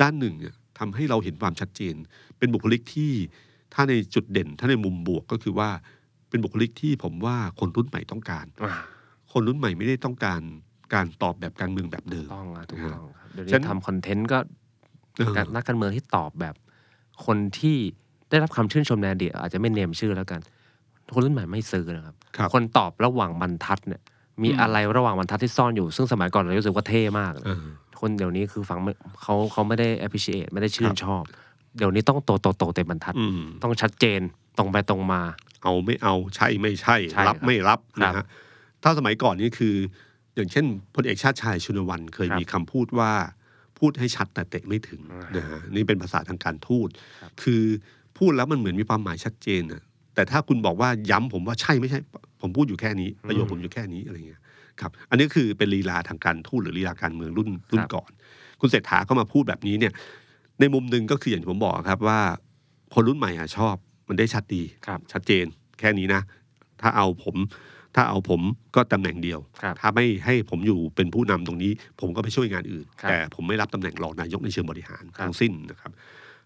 ด้านหนึ่งเนี่ยทำให้เราเห็นความชัดเจน เป็นบุคลิกที่ถ้าในจุดเด่น ถ้าในมุมบวกก็คือว่าเป็นบุคลิกที่ผมว่าคนรุ่นใหม่ต้องการ อ่า คนรุ่นใหม่ไม่ได้ต้องการการตอบแบบการเมืองแบบเดิม ต้องนะถูกต้องครับเดี๋ยว ฉะนั้ นี้ น ทำคอนเทนต์ก็ เออ การนักการเมืองที่ตอบแบบ คนที่ได้รับคำชื่นชมในอดีตอาจจะไม่เนมชื่อแล้วกัน คนรุ่นใหม่ไม่ซื้อนะครับ ครับ นตอบระหว่างบรรทัดเนี่ย มี อืม อะไรระหว่างบรรทัดที่ซ่อนอยู่ ซึ่งสมัยก่อนเรารู้สึกว่าเท่มาก เออ คนเดี๋ยวนี้คือฟังไม่เขาเขาไม่ได้ appreciate ไม่ได้ชื่ ครั น บ ชอบ เดี๋ยวนี้ต้องโตโตโตเต็มบรรทัด อืม ต้องชัดเจนตรงไปตรงมา เอาไม่เอาใช่ไม่ใช่ ใช่ครับ รับไม่รับ ครับ นะฮะถ้าสมัยก่อนนี่คือ อย่างเช่นพลเอกชาติชายชุนวันเคย ครับ มีคำพูดว่าพูดให้ชัดแต่เตะไม่ถึง อ่าน นะฮะนี่เป็นภาษาทางการทูตคือพูดแล้วมันเหมือนมีความหมายชัดเจนนะแต่ถ้าคุณบอกว่าย้ำผมว่าใช่ไม่ใช่ ผมพูดอยู่แค่นี้ ประโยคผมอยู่แค่นี้อะไรเงี้ยครับ อันนี้คือเป็นลีลาทางการทูตหรือลีลาการเมืองรุ่นรุ่นก่อน คุณเศรษฐาเข้ามาพูดแบบนี้เนี่ย ในมุมหนึ่งก็คืออย่างที่ผมบอกครับว่า คนรุ่นใหม่อะชอบมันได้ชัดดี ครับ ชัดเจนแค่นี้นะ ถ้าเอาผม ถ้าเอาผมก็ตำแหน่งเดียว ครับ ถ้าไม่ให้ผมอยู่เป็นผู้นำตรงนี้ ผมก็ไปช่วยงานอื่น ครับ แต่ผมไม่รับตำแหน่งรองนายกในเชิงบริหาร ครับ ทั้งสิ้นนะครับ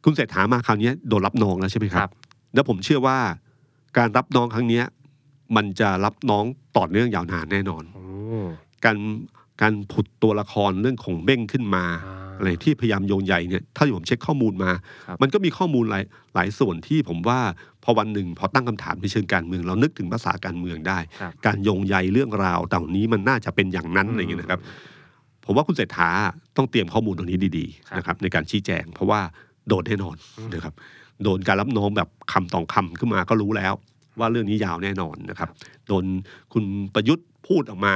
คุณเศรษฐามาคราวเนี้ยโดนรับน้องแล้วใช่ไหมค ครั รับ บ แล้วผมเชื่อว่าการรับน้องครั้งเนี้ยมันจะรับน้องต่อเนื่องยาวนานแน่นอน โอ้ การการผุดตัวละครเรื่องของเบ้งขึ้นมา อ่า อะไรที่พยายามโยงใหญ่เนี่ยถ้าผมเช็คข้อมูลมา ครับ มันก็มีข้อมูลหลายหลายส่วนที่ผมว่าพอวันหนึ่งพอตั้งคำถามในเชิงการเมือง เรานึกถึงภาษาการเมืองได้ ครับ การโยงใยเรื่องราวต่านี้มันน่าจะเป็นอย่างนั้น อืม อะไรอย่างเงี้ยนะครับ ผมว่าคุณเศรษฐาต้องเตรียมข้อมูลตรงนี้ดี คๆรับนะครับในการชี้แจง เพราะว่าโดนแน่นอน อืม นะครับโดนการรับน้องแบบคำต่อคำขึ้นมาก็รู้แล้ว ว่าเรื่องนี้ยาวแน่นอนนะครับ โดนคุณประยุทธ์พูดออกมา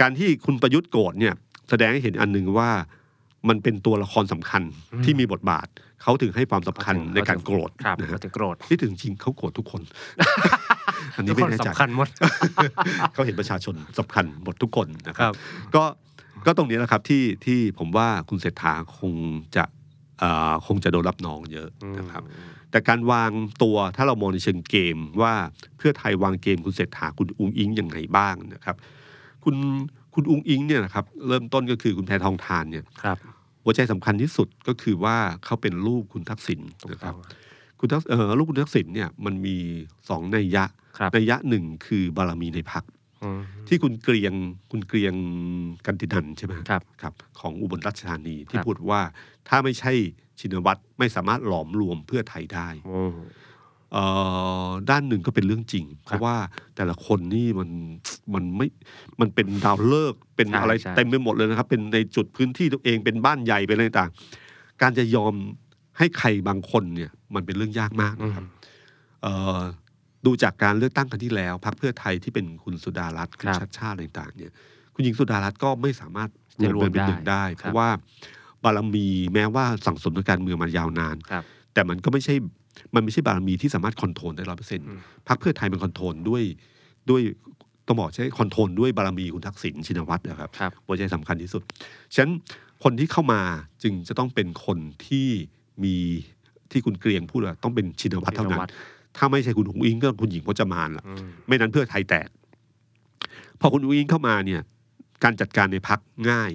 การที่คุณประยุทธ์โกรธเนี่ยแสดงให้เห็นอันหนึ่งว่ามันเป็นตัวละครสำคัญ อืม ที่มีบทบาทเขาถึงให้ความสำคัญในการโกรธ ครับ นะ มา ฮะ ถึงโกรธ ที่ถึงจริงเขาโกรธทุกคน อันนี้ ทุก ไม่ คน แน่ใจ สำคัญหมด เขาเห็นประชาชนสำคัญหมดทุกคนนะค ครั รับ บ ก็ก็ตรงนี้แหละครับที่ที่ผมว่าคุณเศรษฐาคงจะเอ่อคงจะโดนรับน้องเยอะนะครับ แต่การวางตัวถ้าเรามองในเชิงเกมว่าเพื่อไทยวางเกมคุณเศรษฐาคุณอุ้งอิงยังไงบ้างนะครับ คุณคุณอุ้งอิงเนี่ยนะครับเริ่มต้นก็คือคุณแพทองทานเนี่ย ครับ หัวใจสำคัญที่สุดก็คือว่าเขาเป็นลูกคุณทักษิณ ถูก นะค ต้ รั อบ ง คุณทักษเอ่อลูกคุณทักษิณเนี่ยมันมีสองนัยยะ ครับ นัยยะหนึ่งคือบารมีในพัก อืม ที่คุณเกรียงคุณเกรียงกันตินันใช่ไหมฮะ ครับ ครับ ของอุบลราชธานีที่ ครับ พูดว่าถ้าไม่ใช่ชินวัตรไม่สามารถหลอมรวมเพื่อไทยได้ โอ้ เอ่อด้านหนึ่งก็เป็นเรื่องจริง ครับ เพราะว่าแต่ละคนนี่มันมันไม่มันเป็นดาวเลิกษ์เป็น ใช่ อะไร ใช่ เต็มไปหมดเลยนะครับ เป็นในจุดพื้นที่ตัวเองเป็นบ้านใหญ่เป็นอะไรต่างการจะยอมให้ใครบางคนเนี่ยมันเป็นเรื่องยากมากนะครับ เอ่อดูจากการเลือกตั้งครั้งที่แล้วพรรคเพื่อไทยที่เป็นคุณสุดารัตน์คุณ ครับ ชัดชาติอะไรต่างๆเนี่ยคุณหญิงสุดารัตน์ก็ไม่สามารถ จะรวม เป็นเป็นหนึ่งได้ ได้ เพ ครั ราะ บ ว่าบารมีแม้ว่าสั่งสมทางการเมืองมายาวนาน ครับ แต่มันก็ไม่ใช่มันไม่ใช่บารมีที่สามารถคอนโทรลได้ร้อยเปอร์เซ็นต์ อืม พรรคเพื่อไทยมันคอนโทรลด้วยด้วยต้องบอกใช้คอนโทรลด้วยบารมีคุณทักษิณชินวัตรนะครับ ครับ หัวใจสำคัญที่สุด ฉะนั้นคนที่เข้ามาจึงจะต้องเป็นคนที่มีที่คุณเกรียงพูดว่าต้องเป็นชินวัตรเท่านั้ ชิน น วัตร ถ้าไม่ใช่คุณหุงอิงก็คุณหญิงพจมานล่ะ อืม ไม่นั้นเพื่อไทยแตก พอคุณอุ้งอิงเข้ามาเนี่ย การจัดการในพักง่าย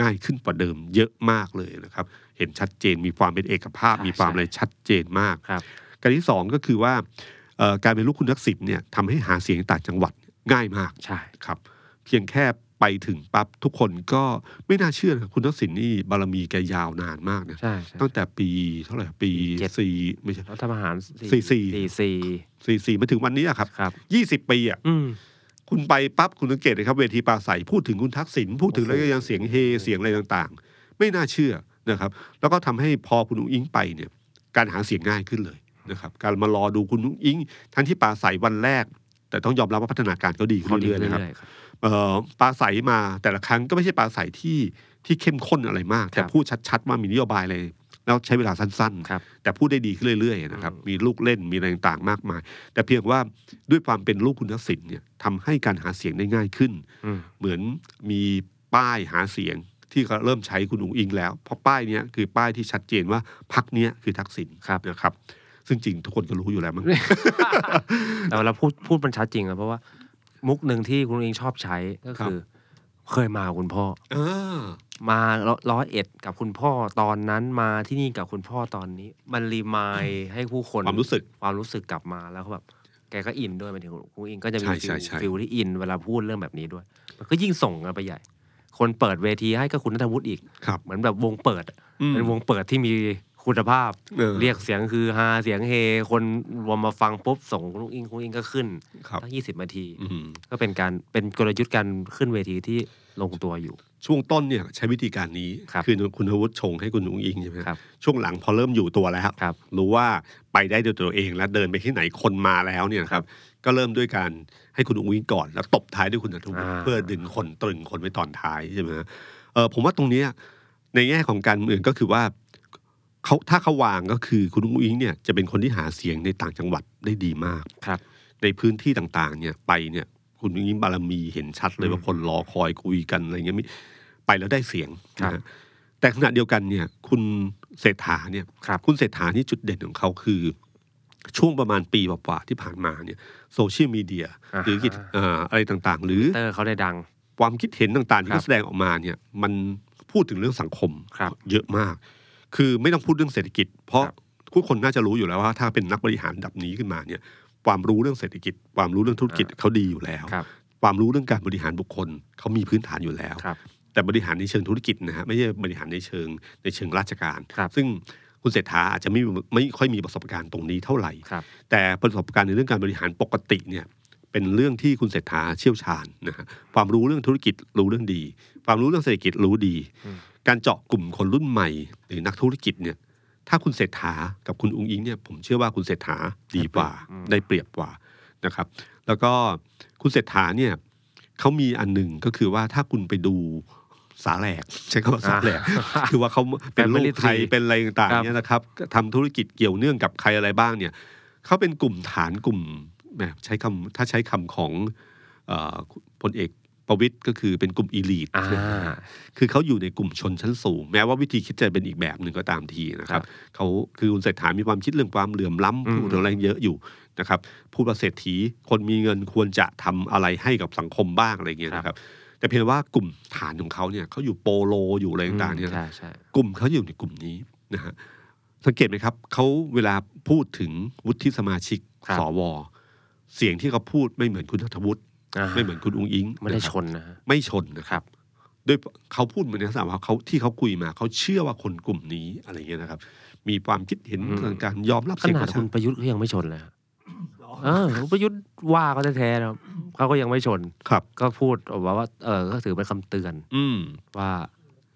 ง่ายขึ้นกว่าเดิมเยอะมากเลยนะครับ เห็นชัดเจนมีความเป็นเอกภาพ ใช่ มีความ ใช่ อะไรชัดเจนมาก ครับ การที่สองก็คือว่าเอ่อการเป็นลูกคุณทักษิณเนี่ยทำให้หาเสียงต่างจังหวัดง่ายมาก ใช่ ครับเพียงแค่ไปถึงปั๊บทุกคนก็ไม่น่าเชื่อนะครับคุณทักษิณนี่บารมีแกยาวนานมากนะ ใช่ใช่ ตั้งแต่ปีเท่าไหร่ปี เจ็ด สี่ไม่ใช่ รัฐประหาร สี่สี่ สี่สี่ สี่สี่มาถึงวันนี้อะครับ ครับ ยี่สิบปีอ่ะ อืม คุณไปปั๊บคุณสังเกตเลยครับเวทีปราศัยพูดถึงคุณทักษิณพูดถึง โอ้ แล้ โห วก็ยังเสียงเฮเสียงอะไรต่างๆ ไม่น่าเชื่อนะครับ แล้วก็ทำให้พอคุณอุ้งอิงไปเนี่ยการหาเสียงง่ายขึ้นเลยนะครับการมารอดูคุณอุ้งอิง ทั้งที่ปราศัยวันแรก แต่ต้องยอมรับว่าพัฒนาการก็ดีขึ้น เขาดี เรื่อยๆนะครับ เรื่อยๆครับ เอ่อปราศัยมาแต่ละครั้งก็ไม่ใช่ปราศัยที่ที่เข้มข้นอะไรมาก แต่ ครับ พูดชัดๆว่ามีนโยบายเลย แล้วใช้เวลาสั้น ครับ ๆ แต่พูดได้ดีขึ้นเรื่อยๆนะครับมีลูกเล่นมีอะไรต่างๆมากมาย แต่เพียงว่าด้วยความเป็นลูกคุณทักษิณเนี่ยทำให้การหาเสียงได้ง่ายขึ้น อืม เหมือนมีป้ายหาเสียงที่เขาเริ่มใช้คุณอุ๋งอิงแล้ว เพราะป้ายเนี้ยคือป้ายที่ชัดเจนว่าพักเนี้ยคือทักษิณ ครับ นะครับ ซึ่งจริงทุกคนก็รู้อยู่แล้วมั้ง แต่เราพูดพูดมันชัดจริงอะเพราะว่ามุกหนึ่งที่คุณเองชอบใช้ก็ ครับ คือ เคยมากับคุณพ่อ อ่า มาร้อยเอ็ดกับคุณพ่อตอนนั้นมาที่นี่กับคุณพ่อตอนนี้ มันรีมายให้ผู้คน ความรู้สึก ความรู้สึกกลับมาแล้วก็แบบแกก็อินด้วยหมายถึงคุณอิงก็จะมี ใช่ ฟิ ใช่ ล ใช่ ฟิลที่อินเวลาพูดเรื่องแบบนี้ด้วย มันก็ยิ่งส่งกันไปใหญ่ คนเปิดเวทีให้ก็คุณนัทวุฒิอีก ครับ เหมือนแบบวงเปิดอะ อืม เป็นวงเปิดที่มีคุณภาพ เออ เรียกเสียงคือฮาเสียงเฮคนรวมมาฟังปุ๊บส่งคุณอิงคุณอิงก็ขึ้น ครับ ทั้งยี่สิบนาที อืม ก็เป็นการเป็นกลยุทธ์การขึ้นเวทีที่ลงตัวอยู่ ช่วงต้นเนี่ยใช้วิธีการนี้ ครับ อคุณอาวุธชงให้คุณอุ้งอิงใช่ไหม ครับ ช่วงหลังพอเริ่มอยู่ตัวแล้ว ครับ รู้ว่าไปได้ด้วยตัวเองแล้วเดินไปที่ไหนคนมาแล้วเนี่ยนะครับ ก็เริ่มด้วยการให้คุณอุ้งอิงก่อนแล้วตบท้ายด้วยคุณทุก อ่า เพื่อดึงคนตรึงคนไว้ตอนท้ายใช่ไหมฮะเออผมว่าตรงเนี้ยในแง่ของการเมืองก็คือว่าเขาถ้าเขาวางก็คือคุณอุ้งอิงเนี่ยจะเป็นคนที่หาเสียงในต่างจังหวัดได้ดีมาก ครับ ในพื้นที่ต่างๆ เนี่ยไปเนี่ย คุณยิ่งบารมีเห็นชัดเลยว่าคนรอคอยคุยกันอะไรเงี้ยมิไปแล้วได้เสียง ครับ นะฮะแต่ขณะเดียวกันเนี่ย คุณเศรษฐาเนี่ย ครับ คุณเศรษฐานี่จุดเด่นของเขาคือ ช่วงประมาณปีกว่าๆที่ผ่านมาเนี่ยโซเชียลมีเดียหรือกิจเอ่ออะไรต่างๆ หรือ เตอร์เขาได้ดัง ความคิดเห็นต่างๆที่ ครั เขา บ แสดงออกมาเนี่ยมันพูดถึงเรื่องสังคม ครับ เยอะมาก คือไม่ต้องพูดเรื่องเศรษฐกิจ เพราะ ครับ ทุกคนน่าจะรู้อยู่แล้วว่า ถ้าเป็นนักบริหารระดับนี้ขึ้นมาเนี่ยความรู้เรื่องเศรษฐกิจ ความรู้เรื่องธุรกิจเขาดีอยู่แล้ว ครับ ความรู้เรื่องการบริหารบุคคลเขามีพื้นฐานอยู่แล้ว ครับ แต่บริหารในเชิงธุรกิจนะฮะไม่ใช่บริหารในเชิงในเชิงราชการ ครับ ซึ่งคุณเศรษฐาอาจจะไม่ไม่ค่อยมีประสบการณ์ตรงนี้เท่าไหร่ ครับ แต่ประสบการณ์ในเรื่องการบริหารปกติเนี่ยเป็นเรื่องที่คุณเศรษฐาเชี่ยวชาญนะฮะความรู้เรื่องธุรกิจรู้เรื่องดี ความรู้เรื่องเศรษฐกิจรู้ดี อืม การเจาะกลุ่มคนรุ่นใหม่ หรือนักธุรกิจเนี่ยถ้าคุณเศรษฐากับคุณอุ้งอิงเนี่ยผมเชื่อว่าคุณเศรษฐาดีกว่าได้เปรียบกว่านะครับ แล้วก็คุณเศรษฐาเนี่ยเขามีอันหนึ่งก็คือว่าถ้าคุณไปดูสาแหลกใช้คำว่าสาแหลก คือว่าเขาเป็นลูกไทย Family tree เป็นอะไรต่าง ครั ๆ บ เนี่ยนะครับก็ทำธุรกิจเกี่ยวเนื่องกับใครอะไรบ้างเนี่ยเขาเป็นกลุ่มฐานกลุ่มแหมใช้คำถ้าใช้คำของเอ่อพลเอกประวิตยก็คือเป็นกลุ่มอีลีท อ่า คือเขาอยู่ในกลุ่มชนชั้นสูง แม้ว่าวิธีคิดจะเป็นอีกแบบหนึ่งก็ตามทีนะครั ครับ บ เขาคือคุณเศรษฐามีความคิดเรื่องความเหลื่อมล้ำ อืม พูดอะไรเยอะอยู่นะครับพูดว่าเศรษฐีคนมีเงินควรจะทำอะไรให้กับสังคมบ้างอะไรเงี้ยนะครับ แต่เพียงว่ากลุ่มฐานของเขาเนี่ยเขาอยู่โปโลอยู่อะไรต่างๆเนี่ย ใช่ใช่ กลุ่มเขาอยู่ในกลุ่มนี้นะฮะสังเกตไหมครับเขาเวลาพูดถึงวุฒิสมาชิก ครับ สวเสียงที่เขาพูดไม่เหมือนคุณทัฐวุฒิ อ่า ไม่เหมือนคุณอุ้งอิง ไม่ได้ ะคชรับ นนะฮะ ไม่ชนนะครับด้วยเขาพูดเหมือนในสามว่าเขาที่เขาคุยมาเขาเชื่อว่าคนกลุ่มนี้อะไรเงี้ยนะครับ มีความคิดเห็น อืม ทางการยอมรับ ข เสียง นา ป ด ระชา คุณประยุทธ์ก็ยังไม่ชนเลยฮะเออคุณประยุทธ์ว่าก็แท้ๆนะครับเขาก็ยังไม่ชน ครับ ก็พูดออกมาว่า เออ ก็ถือเป็นคำเตือน อืม ว่า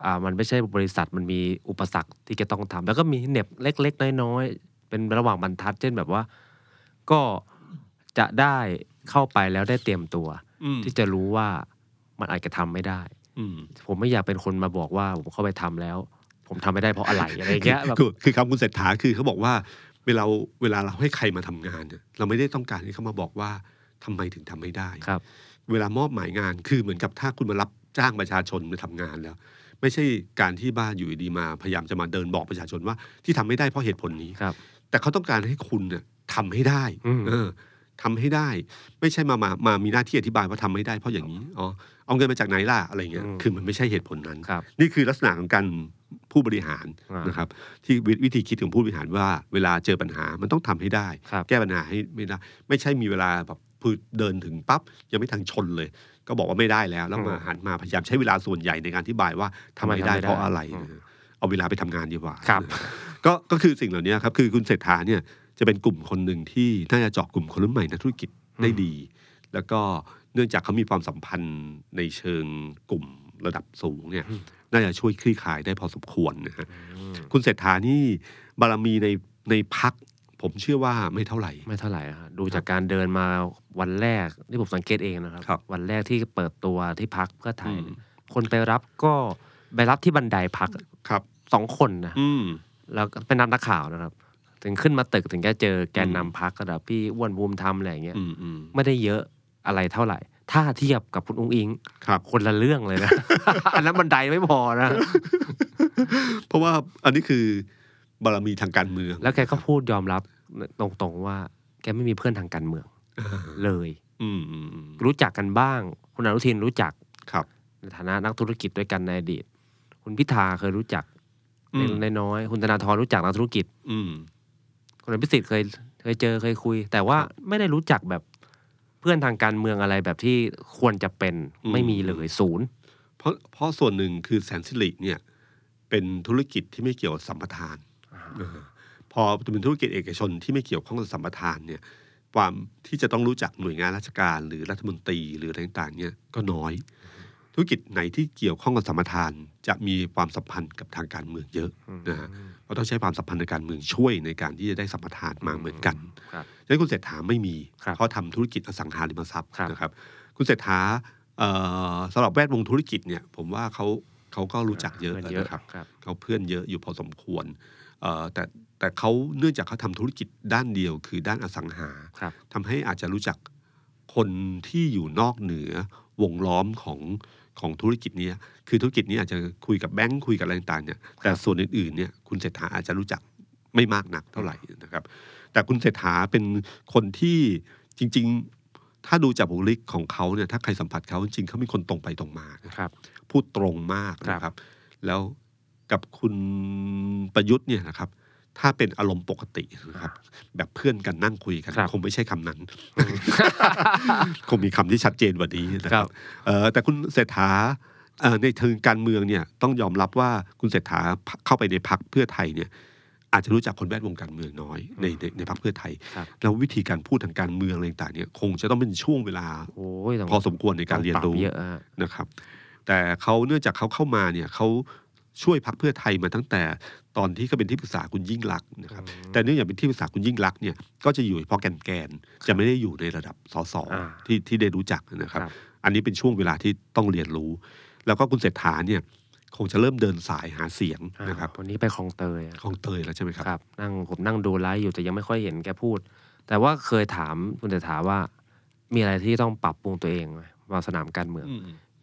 อ่า มันไม่ใช่บริษัท มันมีอุปสรรคที่จะต้องทำ แล้วก็มีเหน็บเล็ก ๆ น้อย ๆ เป็นระหว่างบรรทัด เช่นแบบว่า ก็จะได้เข้าไปแล้วได้เตรียมตัว อืม ที่จะรู้ว่ามันอาจจะทำไม่ได้ อืม ผมไม่อยากเป็นคนมาบอกว่าผมเข้าไปทำแล้ว ผมทำไม่ได้เพราะอะไรอะไรอย่างเงี้ยแบบ คือคือคำคุณเศรษฐาคือเขาบอกว่า เวลาเวลาเราให้ใครมาทำงานเนี่ยเราไม่ได้ต้องการให้เขามาบอกว่าทำไมถึงทำไม่ได้ ครับ เวลามอบหมายงานคือเหมือนกับถ้าคุณมารับจ้างประชาชนมาทำงานแล้ว ไม่ใช่การที่บ้านอยู่ดีๆมาพยายามจะมาเดินบอกประชาชนว่าที่ทำไม่ได้เพราะเหตุผลนี้ ครับ แต่เขาต้องการให้คุณเนี่ยทำให้ได้ อืม เออทำให้ได้ ไม่ใช่มามามามีหน้าที่อธิบายว่าทำไม่ได้เพราะอย่างนี้อ๋อเอาเงินมาจากไหนล่ะอะไรเงี้ยคือมันไม่ใช่เหตุผลนั้น ครับ นี่คือลักษณะของการผู้บริหาร อ่าน นะครับ ที่วิวิธีคิดของผู้บริหารว่า เวลาเจอปัญหามันต้องทำให้ได้ ครับ แก้ปัญหาให้ไม่ได้ไม่ใช่มีเวลาแบบพือเดินถึงปั๊บยังไม่ทันชนเลย ก็บอกว่าไม่ได้แล้ว แล้วมา อืม หันมาพยายามใช้เวลาส่วนใหญ่ในการอธิบายว่าทำ ทำไม ไม่ได้ ทำไม่ได้ เพราะอะไร อืม นะเอาเวลาไปทำงานดีกว่า ครับ นะก็ก็คือสิ่งเหล่านี้ครับคือคุณเศรษฐาเนี่ยจะเป็นกลุ่มคนหนึ่งที่น่าจะเจาะกลุ่มคนรุ่นใหม่นักธุรกิจได้ดี แล้วก็เนื่องจากเขามีความสัมพันธ์ในเชิงกลุ่มระดับสูงเนี่ยน่าจะช่วยคลี่คลายได้พอสมควรนะฮะ คุณเศรษฐานี่บารมีในในพัก ผมเชื่อว่าไม่เท่าไหร่ ไม่เท่าไหร่ฮะดูจากการเดินมาวันแรกที่ผมสังเกตเองนะครับ ครับ วันแรกที่เปิดตัวที่พักเพื่อไทย อืม คนไปรับก็ไปรับที่บันไดพัก ครับ สองคนนะ อืม แล้วก็เป็นนำนักข่าวนะครับ ถึงขึ้นมาตึกถึงจะเจอแกน อื นำ ม พักก็แบบพี่อ้วนบูมทำอะไรอย่างเงี้ย อืมอืม ไม่ได้เยอะอะไรเท่าไหร่ ถ้าเทียบกับคุณอุ้งอิง ครับ คนละเรื่องเลยนะ อันนั้นบันไดไม่พอนะ เพราะว่าอันนี้คือบารมีทางการเมือง แล้วแกก็พูดยอมรับตรงๆว่า แกไม่มีเพื่อนทางการเมือง อ่า เลย อืมอืมอืม รู้จักกันบ้าง คุณอนุทินรู้จัก ครับ ในฐานะนักธุรกิจด้วยกันในอดีต คุณพิธาเคยรู้จัก อืม ในน้อยๆคุณธนาธรรู้จักนักธุรกิจ อืม คุณพิสิทธิ์เคยเคยเจอเคยคุย แต่ว่าไม่ได้รู้จักแบบเพื่อนทางการเมืองอะไรแบบที่ควรจะเป็น อืม ไม่มีเลยศูนย์ เพราะเพราะส่วนหนึ่งคือแสนสิริเนี่ย เป็นธุรกิจที่ไม่เกี่ยวกับสัมปทาน พอเป็นธุรกิจเอกชนที่ไม่เกี่ยวข้องกับสัมปทานเนี่ย ความที่จะต้องรู้จักหน่วยงานราชการหรือรัฐมนตรีหรืออะไรต่างๆเนี่ยก็น้อย ธุรกิจไหนที่เกี่ยวข้องกับสัมปทาน จะมีความสัมพันธ์กับทางการเมืองเยอะนะฮะเพราะต้องใช้ความสัมพันธ์ในการเมืองช่วยในการที่จะได้สัมปทานมาเหมือนกัน ครับ ฉะนั้นคุณเศรษฐาไม่มี ครับ เขาทำธุรกิจอสังหาริมทรัพย์ ครับ นะครับ คุณเศรษฐาเอ่อสำหรับแวดวงธุรกิจเนี่ยผมว่าเขาเขาก็รู้จักเยอะ เพื่อนเยอะ นะครับ ครับ เขาเพื่อนเยอะอยู่พอสมควรเอ่อแต่แต่เขาเนื่องจากเขาทำธุรกิจด้านเดียว คือด้านอสังหา ครับ ทำให้อาจจะรู้จักคนที่อยู่นอกเหนือวงล้อมของของธุรกิจเนี้ยคือธุรกิจนี้อาจจะคุยกับแบงค์คุยกับอะไรต่างๆเนี่ยแต่ส่วนอื่นๆเนี่ยคุณเศรษฐาอาจจะรู้จักไม่มากนักเท่าไหร่นะครับ แต่คุณเศรษฐาเป็นคนที่จริง ๆ ถ้าดูจากบุคลิกของเขาเนี่ยถ้าใครสัมผัสเขาจริงๆเขาเป็นคนตรงไปตรงมานะครับ ครับ พูดตรงมากนะครับ แล้วกับคุณประยุทธ์เนี่ยนะครับ ถ้าเป็นอารมณ์ปกตินะครับ แบบเพื่อนกันนั่งคุยกัน ครับ คงไม่ใช่คำ นั้น คงมีคำที่ชัดเจนกว่านี้นะค ค รั รั บบ เอ่อแต่คุณเศรษฐาเอ่อในเชิงการเมืองเนี่ยต้องยอมรับว่าคุณเศรษฐาเข้าไปในพักเพื่อไทยเนี่ย อาจจะรู้จักคนแวดวงการเมืองน้อยในในในพักเพื่อไทย ครับ แล้ววิธีการพูดทางการเมืองอะไรต่างๆเนี่ยคงจะต้องเป็นช่วงเวลา โอ้ยต้อง พอสมควรในการเรียน ต้องป รู้ เยอะฮะ นะครับแต่เขาเนื่องจากเขาเข้ามาเนี่ยเขาช่วยพักเพื่อไทยมาตั้งแต่ตอนที่เขาเป็นที่ปรึกษาคุณยิ่งรักษณ์นะครับ อืม แต่เนื่องจากเป็นที่ปรึกษาคุณยิ่งรักษณ์เนี่ยก็จะอยู่เฉพาะแกนแกนๆจะไม่ได้อยู่ในระดับสส อ่า ที่ที่ได้รู้จักนะครับ ครับ อันนี้เป็นช่วงเวลาที่ต้องเรียนรู้ แล้วก็คุณเศรษฐาเนี่ยคงจะเริ่มเดินสายหาเสียงนะครับ วันนี้ไปคลองเตยอะ ของเตยแล้วใช่ไหมครับ ครับนั่งผมนั่งดูไลฟ์อยู่แต่ยังไม่ค่อยเห็นแกพูด แต่ว่าเคยถามคุณเศรษฐาว่า มีอะไรที่ต้องปรับปรุงตัวเองไหมว่าสนามการเมือง อืม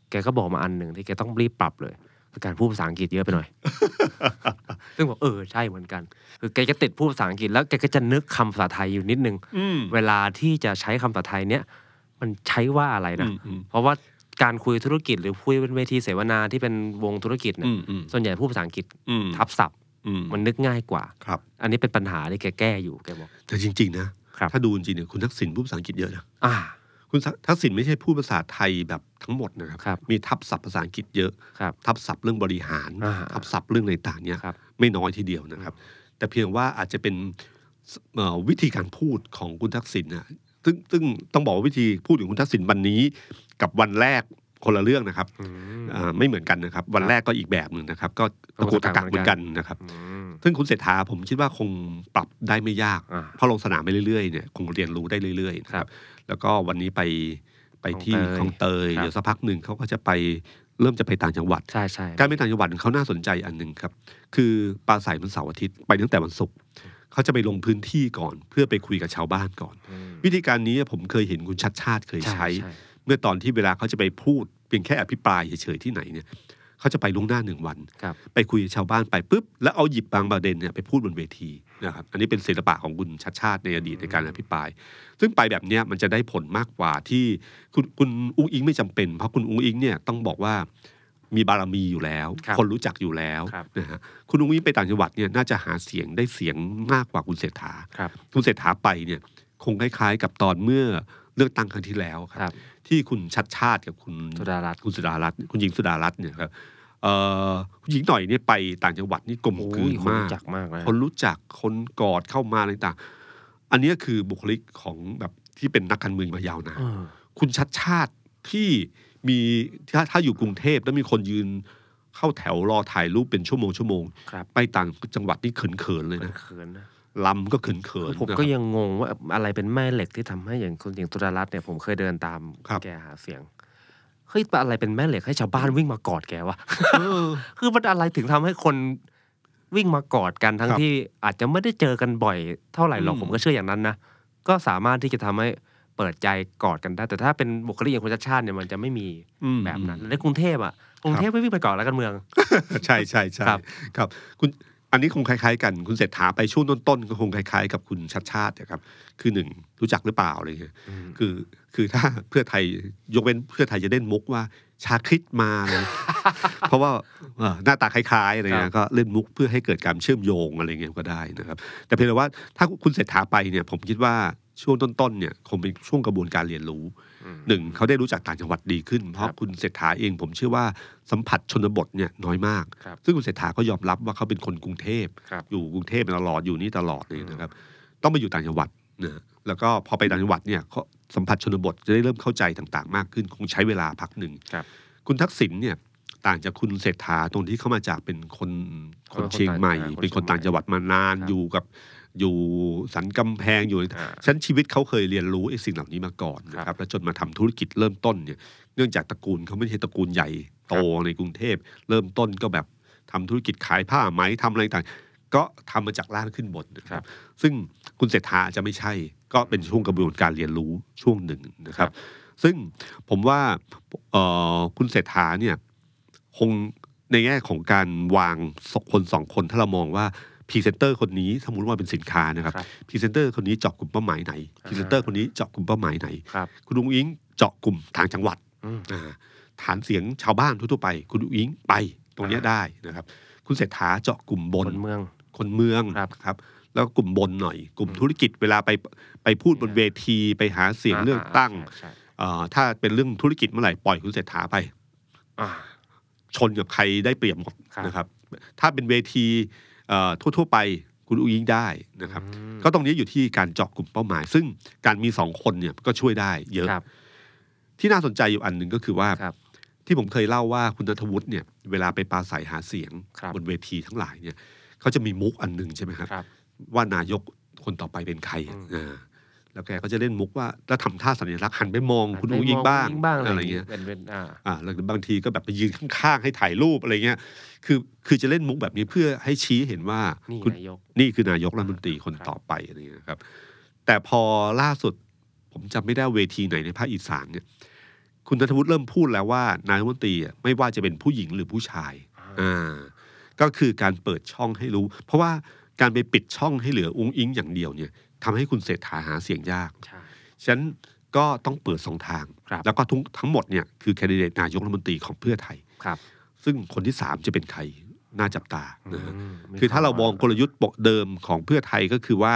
แกก็บอกมาอันหนึ่งที่แกต้องรีบปรับเลยคือการพูดภาษาอังกฤษเยอะไปหน่อย ซึ่งบอกเออใช่เหมือนกัน คือแกจะติดพูดภาษาอังกฤษแล้วแกก็จะนึกคำภาษาไทยอยู่นิดนึง อืม เวลาที่จะใช้คำภาษาไทยเนี้ยมันใช้ว่าอะไร อื นะ มอืม เพราะว่าการคุยธุรกิจหรือคุยเป็นเวทีเสวนาที่เป็นวงธุรกิจเนี่ อื ย มอืม ส่วนใหญ่พูดภาษาอังกฤษ อืม ทับศัพท์ อืม มันนึกง่ายกว่า ครับ อันนี้เป็นปัญหาที่แกแก้อยู่แกบอก แต่จริง ๆ นะครับ ถ้าดูจริงๆเนี่ยคุณทักษิณพูดภาษาอังกฤษเยอะนะ อ่า คุณทักทักษิณไม่ใช่พูดภาษาไทยแบบทั้งหมดนะครับ ครับ มีทับศัพท์ภาษาอังกฤษเยอะ ครับ ทับศัพท์เรื่องบริหาร อ่า ทับศัพท์เรื่องอะไรต่างเนี่ย ครับ ไม่น้อยทีเดียวนะครับ แต่เพียงว่าอาจจะเป็นเอ่อวิธีการพูดของคุณทักษิณนะซึ่งซึ่งต้องบอกว่าวิธีพูดของคุณทักษิณวันนี้กับวันแรกคนละเรื่องนะครับ อืม อ่าไม่เหมือนกันนะครับ วันแรกก็อีกแบบหนึ่งนะครับ ก็ตะกุกตะกักเหมือนกันนะครับ อืม ซึ่งคุณเศรษฐาผมคิดว่าคงปรับได้ไม่ยาก อ่า เพราะลงสนามไปเรื่อยๆเนี่ยคงเรียนรู้ได้เรื่อยๆนะครับ แล้วก็วันนี้ไปไปที่ค ค ลอลอง ง เต เต ย ยครับ เดี๋ยวสักพักหนึ่งเขาก็จะไปเริ่มจะไปต่างจังหวัด ใช่ใช่ การไปต่างจังหวัดของเขาน่าสนใจอันหนึ่งครับ คือปลาใสมันเสาร์อาทิตย์ไปตั้งแต่วันศุกร์เขาจะไปลงพื้นที่ก่อน เพื่อไปคุยกับชาวบ้านก่อน อืม วิธีการนี้ผมเคยเห็นคุณชัดชาติเคยใช้ ใช่ เมื่อตอนที่เวลาเขาจะไปพูดเพียงแค่อภิปรายเฉยๆที่ไหนเนี่ยเขาจะไปล่วงหน้าหนึ่งวัน ครับ ไปคุยกับชาวบ้านไปปุ๊บ แล้วเอาหยิบบางประเด็นเนี่ยไปพูดบนเวทีนะครับอันนี้เป็นศิลปะของคุณชัดชาติในอดีตในการอภิปราย ซึ่งไปแบบเนี้ยมันจะได้ผลมากกว่าที่คุณคุณอุ้งอิงไม่จำเป็น เพราะคุณอุ้งอิงเนี่ยต้องบอกว่ามีบารมีอยู่แล้ว ครับ คนรู้จักอยู่แล้ว ครับ นะฮะคุณอุ้งอิงไปต่างจังหวัดเนี่ยน่าจะหาเสียงได้เสียงมากกว่าคุณเศรษฐา ครับ คุณเศรษฐาไปเนี่ยคงคล้ายๆ กับตอนเมื่อเลือกตั้งครั้งที่แล้วค ครั รับ บ ที่คุณชัดชาติกับคุณ สุดารัตน์ คุณสุดารัตน์คุณหญิงสุดารัตน์เนี่ยครับเอ่อคุณหญิงหน่อยเนี่ยไปต่างจังหวัดนี่กลม โอ้ย กลืน คน มาก รู้จักมากนะ คนรู้จักคนกอดเข้ามาอะไรต่างอันเนี้ยคือบุคลิกของแบบที่เป็นนักการเมืองมายาวนาน เออ คุณชัดชาติที่มีถ้าถ้าอยู่กรุงเทพแล้วมีคนยืนเข้าแถวรอถ่ายรูปเป็นชั่วโมงชั่วโมง ครับ ไปต่างจังหวัดนี่เขินๆเลยนะ เขินนะ ลำก็เขินเขิน ผมก็ยังงงว่าอะไรเป็นแม่เหล็กที่ทำให้อย่างคุณหญิงตุลารัตน์เนี่ยผมเคยเดินตาม ครับ แกหาเสียงเฮ้ยอะไรเป็นแม่เหล็กให้ชาวบ้านวิ่งมากอดแกวะ เออ คือมันอะไรถึงทำให้คนวิ่งมากอดกันทั้ง ครับ ที่อาจจะไม่ได้เจอกันบ่อยเท่าไหร่หรอก อืม ผมก็เชื่ออย่างนั้นนะก็สามารถที่จะทำให้เปิดใจกอดกันได้ แต่ถ้าเป็นบุคลิกอย่างคุณชาติชาติเนี่ยมันจะไม่มี อืม แบบนั้นในกรุงเทพอ่ะกรุงเทพไม่วิ่งไปกอดแล้วกันเมือง ใช่ใช่ใช่ ครับ ครับคุณอันนี้คงคล้ายๆกันคุณเศรษฐาไปช่วงต้นๆก็คงคล้ายๆกับคุณชัดชาติเนะครับ คือหนึ่งรู้จักหรือเปล่าอะไรเงี้ย อืม คือคือถ้าเพื่อไทยยกเว้นเพื่อไทยจะเล่นมุกว่าชาคริตมาเลย เพราะว่าเอ่อหน้าตาคล้ายๆอะไรเงี้ยก็เล่นมุกเพื่อให้เกิดการเชื่อมโยงอะไรเงี้ยก็ได้นะครับ แต่เพียงแต่ว่าถ้าคุณเศรษฐาไปเนี่ยผมคิดว่าช่วงต้นๆเนี่ยคงเป็นช่วงกระบวนการเรียนรู้ อืม หนึ่งเขาได้รู้จักต่างจังหวัดดีขึ้น เพ ครั ราะ บ คุณเศรษฐาเองผมเชื่อว่าสัมผัสชนบทเนี่ยน้อยมาก ครับ ซึ่งคุณเศรษฐาก็ยอมรับว่าเขาเป็นคนกรุงเทพ ครับ อยู่กรุงเทพมาตลอดอยู่นี่ตลอดเลยนะครับ ต้องมาอยู่ต่างจังหวัดนะแล้วก็พอไปต่างจังหวัดเนี่ยเขาสัมผัสชนบทจะได้เริ่มเข้าใจต่างๆ มากขึ้น คงใช้เวลาพักหนึ่ง ครับ คุณทักษิณเนี่ยต่างจากคุณเศรษฐาตรงที่เข้ามาจากเป็นคนคน คน เชียงใหม่ ต่างจังหวัด เป็นคนต่างจังหวัดมานาน ครับ อยู่กับอยู่สันกำแพงอยู่ อ่า ชั้นชีวิตเขาเคยเรียนรู้ไอ้สิ่งเหล่านี้มาก่อนนะค ครั รับบ แล้วจนมาทำธุรกิจเริ่มต้นเนี่ยเนื่องจากตระกูลเขาไม่ใช่ตระกูลใหญ่โตในกรุงเทพ เริ่มต้นก็แบบทำธุรกิจขายผ้าไหมทำอะไรต่าง ก็ทำมาจากล่างขึ้นบนนะค ครั รับ บ ซึ่งคุณเศรษฐาอาจจะไม่ใช่ ก็เป็นช่วงกระบวนการเรียนรู้ช่วงหนึ่งนะครับ ซึ่งผมว่าเอ่อคุณเศรษฐาเนี่ยคงในแง่ของการวางสองคนสองคนถ้าเรามองว่าพรีเซนเตอร์คนนี้สมมติว่าเป็นสินค้านะครับ ครับ พรีเซนเตอร์คนนี้เจาะกลุ่มเป้าหมายไหนพรีเซนเตอร์คนนี้เจาะกลุ่มเป้าหมายไหน ครับ คุณลุงอิงเจาะกลุ่มทางจังหวัด อืม อ่าฐานเสียงชาวบ้านทั่วๆไป คุณอุ๊งอิงไปตรงเนี้ย อ่า ได้นะครับ คุณเศรษฐาเจาะกลุ่มบ คน นเมือง คนเมือง ครับ ครับ แล้วก็กลุ่มบนหน่อย กลุ่ม อืม ธุรกิจเวลาไปไปพูดบน อ่า เวทีไปหาเสียงเลือกตั้ง ใช่ เอ่อถ้าเป็นเรื่องธุรกิจเมื่อไหร่ปล่อยคุณเศรษฐาไป ๆอ่า ชนกับใครได้เปรียบหมด ครับ นะครับ ถ้าเป็นเวทีเอ่อทั่ว ๆ ไปคุณอุ๊งอิงได้นะครับ ก็ตรงนี้อยู่ที่การเจาะกลุ่มเป้าหมาย ซึ่งการมีสองคนเนี่ยก็ช่วยได้เยอะ ครับ ที่น่าสนใจอยู่อันหนึ่งก็คือว่า ครับ ที่ผมเคยเล่าว่าคุณนัทวุฒิเนี่ยเวลาไปปราศัยหาเสียง ครับ นเวทีทั้งหลายเนี่ยเขาจะมีมุกอันหนึ่งใช่ไหมครับ ครับ ว่านายกคนต่อไปเป็นใครอ่ะ อืม อ่าแล้วแกก็จะเล่นมุกว่าแล้วทำท่าสัญลักษณ์หันไปมองคุณอุ้งอิงบ้าง คุณอุ้อิบ้าง อะไรเงี้ย เป็นเป็นอ่า อ่าแล้วบางทีก็แบบไปยืนข้างๆให้ถ่ายรูปอะไรเงี้ยคือคือจะเล่นมุกแบบนี้เพื่อให้ชี้เห็นว่า นี่ คุณ นายก นี่คือนายกรัฐมนตรีคนต่อไปอะไรอย่างเงี้ยครับ แต่พอล่าสุด ผมจำไม่ได้เวทีไหนในภาคอีสานเนี่ย คุณธนวุฒิเริ่มพูดแล้วว่านายกรัฐมนตรีอ่ะไม่ว่าจะเป็นผู้หญิงหรือผู้ชาย อ่า ก็คือการเปิดช่องให้รู้ เพราะว่าการไปปิดช่องให้เหลืออุ้งอิงอย่างเดียวเนี่ยทำให้คุณเศรษฐาหาเสียงยาก ใช่ ฉะนั้นก็ต้องเปิดสองทาง ครับ แล้วก็ทั้งทั้งหมดเนี่ยคือแคนดิเดตนายกรัฐมนตรีของเพื่อไทย ครับ ซึ่งคนที่สามจะเป็นใครน่าจับตานะฮะ มมี คือถ้าเรามองก ว ลยุทธ์ปกเดิมของเพื่อไทยก็คือว่า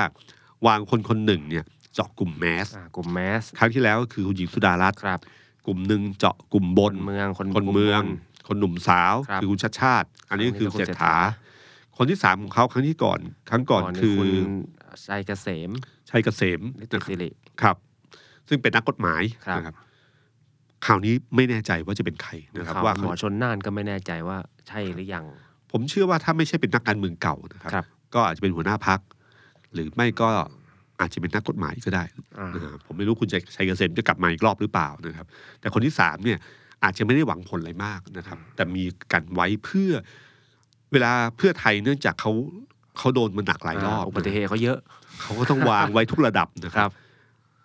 วางคนคนหนึ่งเนี่ยเจาะกลุ่มแมส อ่ากลุ่มแมส ครั้งที่แล้วก็คือคุณหญิงสุดารัตน์ ครับ กลุ่มหนึ่งเจาะกลุ่มบ คน นเมืองคน คนเมือง คนหนุ่มสาว ครับ อคุณชาติชาติ อันนี้ก็คือ อันนี้ก็คุ เศรษณเศรษ ฐา ฐา คนที่สามของเขาครั้งที่ก่อน ครั้งก่อนคือ ณชัยเกษม ชัยเกษม นิติสิริ ครับ ซึ่งเป็นนักกฎหมาย ครับ นะครับคราวนี้ไม่แน่ใจว่าจะเป็นใครนะครับ ข่าว ว่า หม เขา อชนน่านก็ไม่แน่ใจว่าใช่หรือยัง ผมเชื่อว่าถ้าไม่ใช่เป็นนักการเมืองเก่านะครับ ครับ ก็อาจจะเป็นหัวหน้าพักหรือไม่ก็อาจจะเป็นนักกฎหมายก็ได้ อ่า นะครับผมไม่รู้คุณชัยเกษมจะกลับมาอีกรอบหรือเปล่านะครับ แต่คนที่สามเนี่ยอาจจะไม่ได้หวังผลอะไรมากนะครับ แต่มีกันไว้เพื่อเวลาเพื่อไทยเนื่องจากเขาเขาโดนมันหนักหลายรอบ าอุบัติเห นะ ตุเขาเยอะ เขาก็ต้องวางไว้ทุกระดับนะค ครั รับบ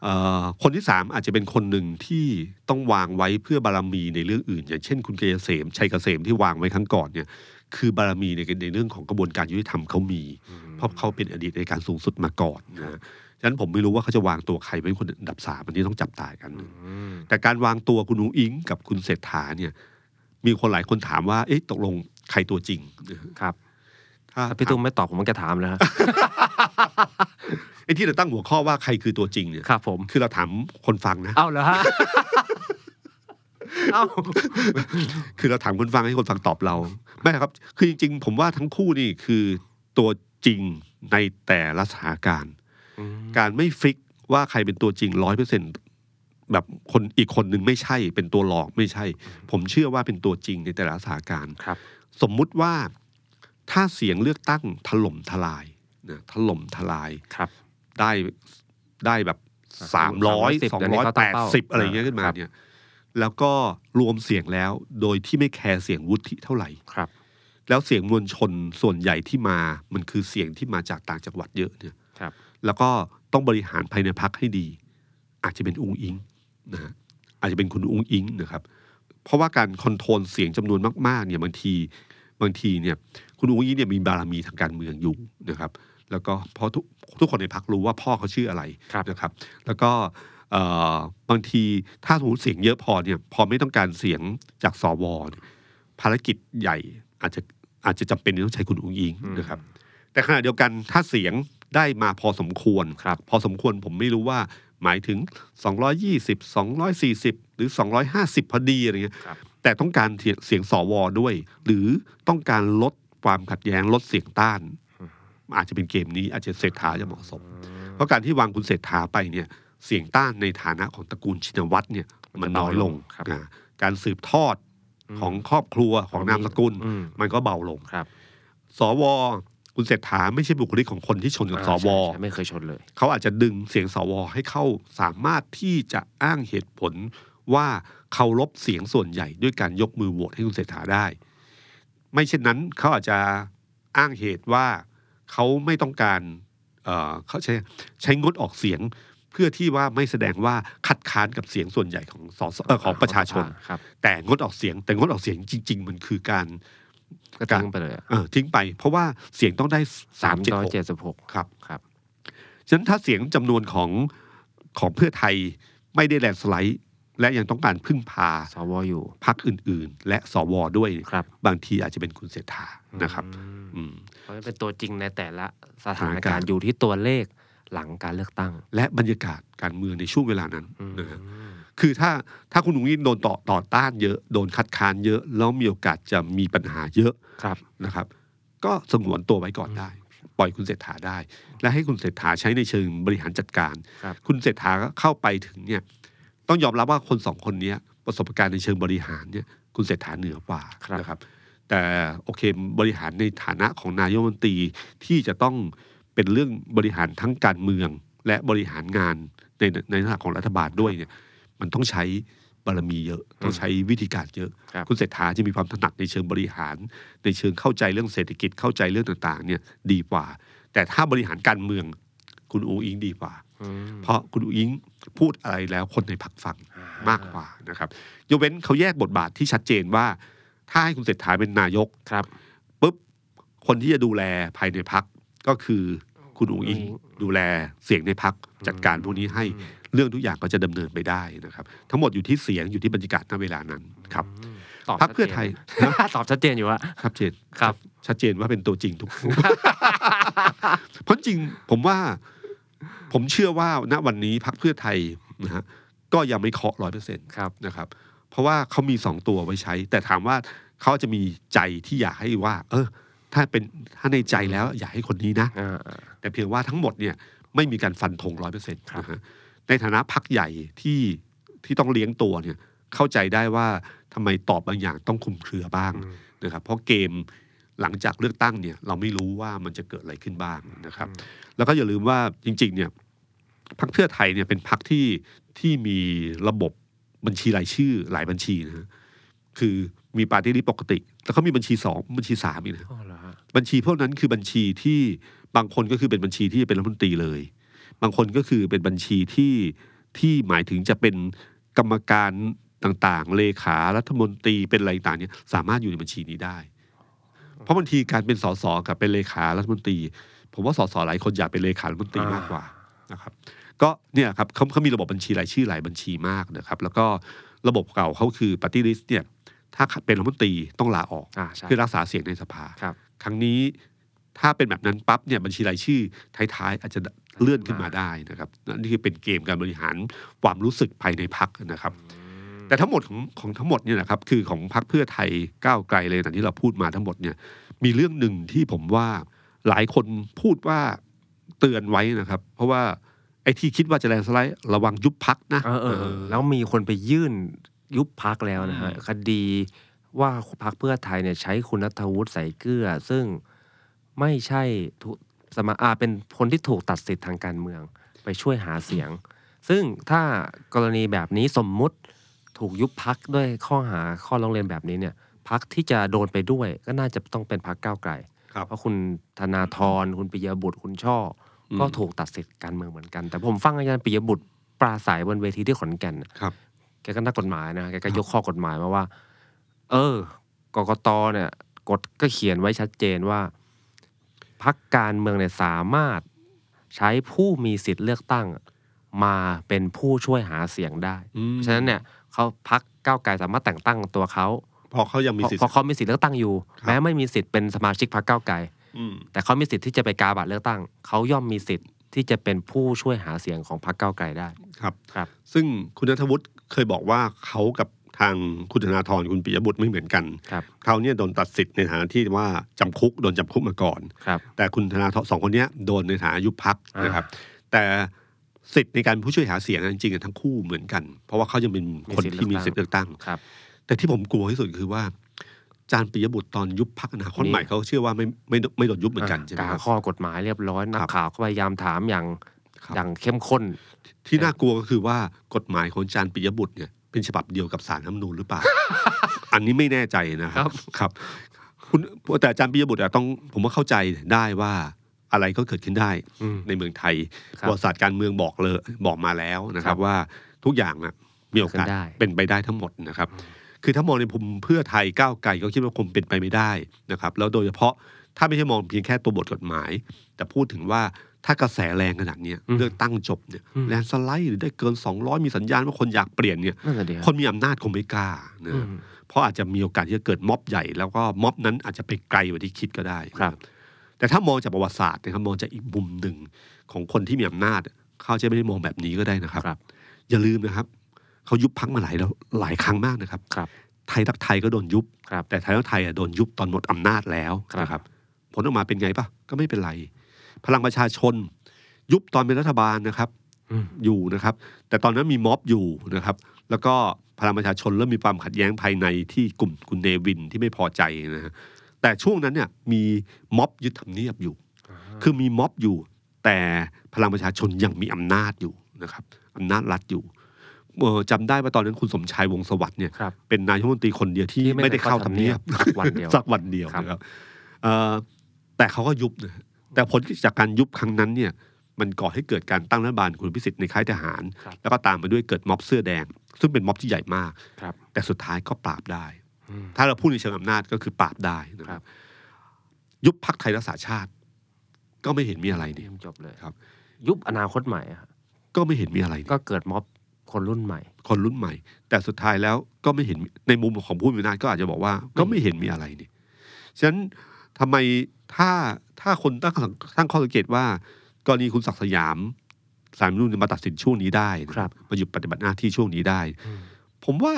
เอ่อคนที่สามอาจจะเป็นคนหนึ่งที่ต้องวางไว้เพื่อบารมีในเรื่องอื่น อย่างเช่น คุณเกษมชัยเกษมที่วางไว้ครั้งก่อนเนี่ย คือบารมีในในเรื่องของกระบวนการยุติธรรมเขามี เพราะเขาเป็นอดีตในการสูงสุดมาก่อนนะฮะฉะนั้นผมไม่รู้ว่าเขาจะวางตัวใครเป็นคนอันดับสามอันนี้ต้องจับตากัน อืม แต่การวางตัวคุณอุ้งอิงกับคุณเศรษฐาเนี่ย มีคนหลายคนถามว่า เอ๊ะตกลงใครตัวจริงนะฮะ ครับ ถ้า ถ้าพี่ตุ้มไม่ตอบผมก็จะถามแล้วฮะ ไอ้ที่เราตั้งหัวข้อว่าใครคือตัวจริงเนี่ย ครับผม คือเราถามคนฟังนะ เอาเหรอฮะ เอา คือเราถามคนฟังให้คนฟังตอบเรา ไม่ครับ คือจริงๆ ผมว่าทั้งคู่นี่คือตัวจริงในแต่ละสถานการณ์ อืม การไม่ฟิกว่าใครเป็นตัวจริงร้อยเปอร์เซ็นแบบคนอีกคนหนึ่งไม่ใช่ เป็นตัวหลอกไม่ใช่ ผมเชื่อว่าเป็นตัวจริงในแต่ละสถานการณ์ ครับ สมมุติว่าถ้าเสียงเลือกตั้งถล่มทลาย นะถล่มทลาย ครับ ได้ได้แบบสามร้อยสองร้อยแปดสิบอะไรอย่างเงี้ยขึ้นมา ครับ เนี่ยแล้วก็รวมเสียงแล้วโดยที่ไม่แคร์เสียงวุฒิเท่าไหร่ ครับ แล้วเสียงมวลชนส่วนใหญ่ที่มามันคือเสียงที่มาจากต่างจังหวัดเยอะเนี่ย ครับ แล้วก็ต้องบริหารภายในพักให้ดี อาจจะเป็นอุงอิงนะฮะอาจจะเป็นคุณอุงอิงนะครับ เพราะว่าการคอนโทรลเสียงจำนวนมากๆเนี่ยบางทีบางทีเนี่ยคุณอุงอิงเนี่ยมีบารมีทางการเมืองอยู่นะครับ แล้วก็เพราะทุกทุกคนในพักรู้ว่าพ่อเขาชื่ออะไร ครับ นะครับ แล้วก็เอ่อบางทีถ้าสมมติเสียงเยอะพอเนี่ยพอไม่ต้องการเสียงจากสวเนี่ยภารกิจใหญ่อาจจะอาจจะจำเป็นที่ต้องใช้คุณอุงอิงนะครับ แต่ขณะเดียวกันถ้าเสียงได้มาพอสมควร ครับ พอสมควรผมไม่รู้ว่าหมายถึง 220 240 หรือ 250 พอดีอะไรเงี้ย ครับ แต่ต้องการเสียเสียงสวด้วย หรือต้องการลดความขัดแย้งลดเสียงต้าน อาจจะเป็นเกมนี้อาจจะเศรษฐาจะเหมาะสม เพราะการที่วางคุณเศรษฐาไปเนี่ยเสียงต้านในฐานะของตระกูลชินวัตรเนี่ยมันน้อยลง ครับ อ่าการสืบทอดของครอบครัวของนามสกุล อืม มันก็เบาลง ครับ สว คุณเศรษฐาไม่ใช่บุคลิกของคนที่ชนกับสว ใช่ใช่ไม่เคยชนเลย เขาอาจจะดึงเสียงสวให้เข้าสามารถที่จะอ้างเหตุผลว่าเคารพเสียงส่วนใหญ่ด้วยการยกมือโหวตให้คุณเศรษฐาได้ ไม่เช่นนั้นเขาอาจจะอ้างเหตุว่าเขาไม่ต้องการเอ่อเขาใช้ใช้งดออกเสียงเพื่อที่ว่าไม่แสดงว่าคัดค้านกับเสียงส่วนใหญ่ของสสเอ่อของประชาชน ครับ แต่งดออกเสียง แต่งดออกเสียงจริง ๆ มันคือการ ก็ทิ้งไปเลย เอ่อทิ้งไป เพราะว่าเสียงต้องได้สามเจ็ด ร้อย หก เจ็ดสิบหก ครับ ครับ ฉะนั้นถ้าเสียงจำนวนของของเพื่อไทยไม่ได้แลนด์สไลด์ และยังต้องการพึ่งพา สวอยู่ พรรคอื่น ๆ และสวด้วย ครับ บางทีอาจจะเป็นคุณเศรษฐานะครับ อืม อืม เพราะฉะนั้นเป็นตัวจริงในแต่ละสถา สถาน น กา การ ร ณ์ ณ์อยู่ที่ตัวเลขหลังการเลือกตั้ง และบรรยากาศการเมืองในช่วงเวลานั้น อืม นะฮะคือถ้าถ้าคุณหนุ่งยิ่งโดนต่อต่อต้านเยอะ โดนคัดค้านเยอะ แล้วมีโอกาสจะมีปัญหาเยอะ ครับ นะครับ ก็สงวนตัวไว้ก่อนได้ ปล่อยคุณเศรษฐาได้ และให้คุณเศรษฐาใช้ในเชิงบริหารจัดการ ครับ คุณเศรษฐาก็เข้าไปถึงเนี่ยต้องยอมรับว่าคนสองคนเนี้ยประสบการณ์ในเชิงบริหารเนี่ยคุณเศรษฐาเหนือกว่า ครับ นะครับ แต่โอเคบริหารในฐานะของนายกรัฐมนตรีที่จะต้องเป็นเรื่องบริหารทั้งการเมือง และบริหารงานในในฐานะของรัฐบาลด้วยเนี่ยมันต้องใช้บารมีเยอะ ต้องใช้วิธีการเยอะ ครับ คุณเศรษฐาจะมีความถนัดในเชิงบริหาร ในเชิงเข้าใจเรื่องเศรษฐกิจเข้าใจเรื่องต่างๆเนี่ยดีกว่า แต่ถ้าบริหารการเมืองคุณอูอิงดีกว่า อืม เพราะคุณอุงอิงพูดอะไรแล้วคนในพักฟัง อ่าม มากกว่านะครับยกเว้นเขาแยกบทบาทที่ชัดเจนว่า ถ้าให้คุณเศรษฐาเป็นนายก ครับ ปุ๊บคนที่จะดูแลภายในพักก็คือคุณอุงอิง อุ๊งอิ๊ง ดูแลเสียงในพักจัดการพวกนี้ให้เรื่องทุกอย่างก็จะดำเนินไปได้นะครับ ทั้งหมดอยู่ที่เสียงอยู่ที่บรรยากาศณเวลานั้นครับ ตบ พรรคเพื่อไทย ชัดเจน ตอบชัดเจนอยู่ว่า ครับเจน ครับ ชัดเจนว่าเป็นตัวจริงทุกค น เพราะจริงผมว่า ผมเชื่อว่าณวันนี้พักเพื่อไทยนะฮะก็ยังไม่เคาะร้อยเปอร์เซ็นต์ ครับ นะครับ เพราะว่าเขามีสองตัวไว้ใช้ แต่ถามว่าเขาจะมีใจที่อยากให้ว่า เออ ถ้าเป็นถ้าในใจแล้วอยากให้คนนี้นะ อ่า แต่เพียงว่าทั้งหมดเนี่ยไม่มีการฟันธงร้อยเปอร์เซ็นต์นะฮะในฐานะพักใหญ่ที่ที่ต้องเลี้ยงตัวเนี่ยเข้าใจได้ว่าทำไมตอบบางอย่างต้องคลุมเครือบ้างนะครับเพราะเกมหลังจากเลือกตั้งเนี่ยเราไม่รู้ว่ามันจะเกิดอะไรขึ้นบ้างนะครับ แล้วก็อย่าลืมว่าจริง ๆ เนี่ยพักเพื่อไทยเนี่ยเป็นพักที่ที่มีระบบบัญชีรายชื่อหลายบัญชีนะฮะคือมีปาร์ตี้ลิสปกติ แล้วเขามีบัญชีสองบัญชีสามอีกนะ อ๋อเหรอฮะ บัญชีพวกนั้นคือบัญชีที่บางคนก็คือเป็นบัญชีที่จะเป็นรัฐมนตรีเลย บางคนก็คือเป็นบัญชีที่ที่หมายถึงจะเป็นกรรมการต่างๆ เลขารัฐมนตรีเป็นอะไรต่างๆเนี่ยสามารถอยู่ในบัญชีนี้ได้ เพราะบางทีการเป็นสสกับเป็นเลขารัฐมนตรี ผมว่าสสหลายคนอยากเป็นเลขารัฐมนตรีมากกว่านะครับ ก็เนี่ยครับเขาเขามีระบบบัญชีรายชื่อหลายบัญชีมากนะครับ แล้วก็ระบบเก่าเขาคือปฏิริษเนี่ยถ้าเป็นรัฐมนตรีต้องลาออก อ่าใช่ เพื่อรักษาเสียงในสภา ครับ ครั้งนี้ถ้าเป็นแบบนั้นปั๊บเนี่ยบัญชีรายชื่อท้ายๆ อาจจะเลื่อนขึ้นมาได้นะครับนั่นนี่คือเป็นเกมการบริหารความรู้สึกภายในพักนะครับ แต่ทั้งหมดของของทั้งหมดเนี่ยนะครับคือของพักเพื่อไทยก้าวไกลเลยต่างที่เราพูดมาทั้งหมดเนี่ยมีเรื่องหนึ่งที่ผมว่าหลายคนพูดว่าเตือนไว้นะครับ เพราะว่าไอ้ที่คิดว่าจะแลนด์สไลด์ระวังยุบพักนะ เออเออเอ เอ อ อ แล้วมีคนไปยื่นยุบพักแล้วนะฮะ อืม คดีว่าพักเพื่อไทยเนี่ยใช้คุณนัทวุฒิใส่เกลือ ซึ่งไม่ใช่ทุ สมาอาเป็นคนที่ถูกตัดสิทธิ์ทางการเมืองไปช่วยหาเสียง ซึ่งถ้ากรณีแบบนี้สมมุติถูกยุบพักด้วยข้อหาข้อร้องเรียนแบบนี้เนี่ยพักที่จะโดนไปด้วยก็น่าจะต้องเป็นพักก้าวไกล ครับ เพราะคุณธนาธรคุณปิยบุตรคุณช่ออ ม ก็ถูกตัดสิทธิ์การเมืองเหมือนกัน แต่ผมฟังอาจารย์ปิยบุตรปราศัยบนเวทีที่ขอนแก่นน่ะ ครับ แกก็นักกฎหมายนะแกก็ยกข้อกฎหมายมาว่า เออกกตเนี่ยกฎก็เขียนไว้ชัดเจนว่าพักการเมืองเนี่ยสามารถใช้ผู้มีสิทธิ์เลือกตั้ง มาเป็นผู้ช่วยหาเสียงได้ อืม เพราะฉะนั้นเนี่ยเขาพักก้าวไกลสามารถแต่งตั้งตัวเขา เพอเขายังมี เพราะ สิทธิ์ เพราะเขามีสิทธิ์เลือกตั้งอยู่ ครับ แม้ไม่มีสิทธิ์เป็นสมาชิกพรรคก้าวไกล อืม แต่เขามีสิทธิ์ที่จะไปกาบัตรเลือกตั้ง เขาย่อมมีสิทธิ์ที่จะเป็นผู้ช่วยหาเสียงของพรรคก้าวไกลได้ ครับ ครับ ซึ่งคุณนัทวุฒิเคยบอกว่าเขากับทางคุณธนาธรคุณปิยบุตรไม่เหมือนกัน ครับ เขาเนี่ยโดนตัดสิทธิ์ในฐานะที่ว่าจำคุกโดนจำคุกมาก่อน ครับ แต่คุณธนาธรสองคนเนี้ยโดนในฐานะยุบพัก อ่าน นะครับ แต่สิทธิ์ในการผู้ช่วยหาเสียงอะจริงๆอะทั้งคู่เหมือนกัน เพราะว่าเขายังเป็นคนที่มีสิทธิ์เลือกตั้ง ครับ แต่ที่ผมกลัวที่สุดคือว่า จานปิยบุตรตอนยุบพักอนาคต นี่ ใหม่เขาเชื่อว่าไม่ไม่ไม่โดนยุบเหมือนกันใช่ไหม กา ครับ ข้อกฎหมายเรียบร้อยนั ค ก รับ ข่าวก็พยายามถามอย่าง ครับ อย่างเข้มข้น ที่น่ากลัวก็คือว่ากฎหมายของจานปิยบุตรเนี่ยเป็นฉบับเดียวกับสารรัฐธรรมนูญห รือเปล่า อันนี้ไม่แน่ใจนะครับครับคุณแต่อาจารย์ปิยบุตรอะต้องผมว่าเข้าใจได้ว่าอะไรก็เกิดขึ้นได้ อืม ในเมืองไทย ครับ ประวัติศาสตร์การเมืองบอกเลยบอกมาแล้วนะค ครั รับบ ว่าทุกอย่างนะมีโอกาส เกิดขึ้นได้ เป็นไปได้ทั้งหมดนะครับ คือถ้ามองในภูมิเพื่อไทยก้าวไกลก็คิดว่าคงเป็นไปไม่ได้นะครับ แล้วโดยเฉพาะถ้าไม่ใช่มองเพียงแค่ตัวบทกฎหมาย แต่พูดถึงว่าถ้ากระแสแรงขนาดเนี้ย อืม เลือกตั้งจบเนี่ย อืม แลนด์สไลด์หรือได้เกิน 200 มีสัญญาณว่าคนอยากเปลี่ยนเนี่ย นั่นแหละดี คนมีอำนาจคงไม่กล้านะ อืม เพราะอาจจะมีโอกาสที่จะเกิดม็อบใหญ่แล้วก็ม็อบนั้นอาจจะไปไกลกว่าที่คิดก็ได้นะครับ แต่ถ้ามองจากประวัติศาสตร์นะครับมองจากอีกมุมหนึ่งของคนที่มีอำนาจเขาจะไม่ได้มองแบบนี้ก็ได้นะครับ ครับ อย่าลืมนะครับเขายุบพักมาหลายแล้วหลายครั้งมากนะครับ ครับ ไทยรักไทยก็โดนยุบ ครับ แต่ไทยรักไทยอ่ะโดนยุบตอนหมดอำนาจแล้ว ครับ นะผลออกมาเป็นไงปะก็ไม่เป็นไร พลังประชาชน ยุบตอนเป็นรัฐบาลนะครับ อืม อยู่นะครับ แต่ตอนนั้นมีม็อบอยู่นะครับ แล้วก็พลังประชาชนเริ่มมีความขัดแย้งภายในที่กลุ่มคุณเนวินที่ไม่พอใจนะฮะแต่ช่วงนั้นเนี่ยมีม็อบยึดทำเนียบอยู่ คือมีม็อบอยู่ แต่พลังประชาชนยังมีอำนาจอยู่นะครับอำนาจรัฐอยู่เอ่อจำได้ว่าตอนนั้นคุณสมชายวงศ์สวัสดิ์เนี่ย ครับ เป็นนายกรัฐมนตรีคนเดียวที่ ที่ไม่ ไม่ได้เข้าทำเนียบ ได้เข้าทำเนียบสักวันเดียว สักวันเดียว ครับ นะครับเอ่อแต่เขาก็ยุบนะฮะแต่ผลจากการยุบครั้งนั้นเนี่ย มันก่อให้เกิดการตั้งรัฐบาลคุณพิสิทธิ์ในค่ายทหาร ครับ แล้วก็ตามมาด้วยเกิดม็อบเสื้อแดง ซึ่งเป็นม็อบที่ใหญ่มาก ครับ แต่สุดท้ายก็ปราบได้ อืม ถ้าเราพูดในเชิงอำนาจก็คือปราบได้นะค ครั รับ บ ยุบพักไทยรักษาชาติ ก็ไม่เห็นมีอะไรเนี่ย จบเลย ครับ ยุบอนาคตใหม่อะ ก็ไม่เห็นมีอะไรเนี่ย ก็เกิดม็อบคนรุ่น ใหม่ คนรุ่นใหม่ แต่สุดท้ายแล้วก็ไม่เห็นในมุมของผู้มีอำนาจก็อาจจะบอกว่า ก็ไม่เห็นมีอะไรเนี่ยฉะนั้นทำไมถ้าถ้าคนตั้งสังตั้งข้อสังเกตว่า กรณีคุณศักดิ์สยามสารรัฐธรรมนุ่นญมาตัดสินช่วงนี้ได้นะครับ มาหยุดปฏิบัติหน้าที่ช่วงนี้ได้ อืม ผมว่า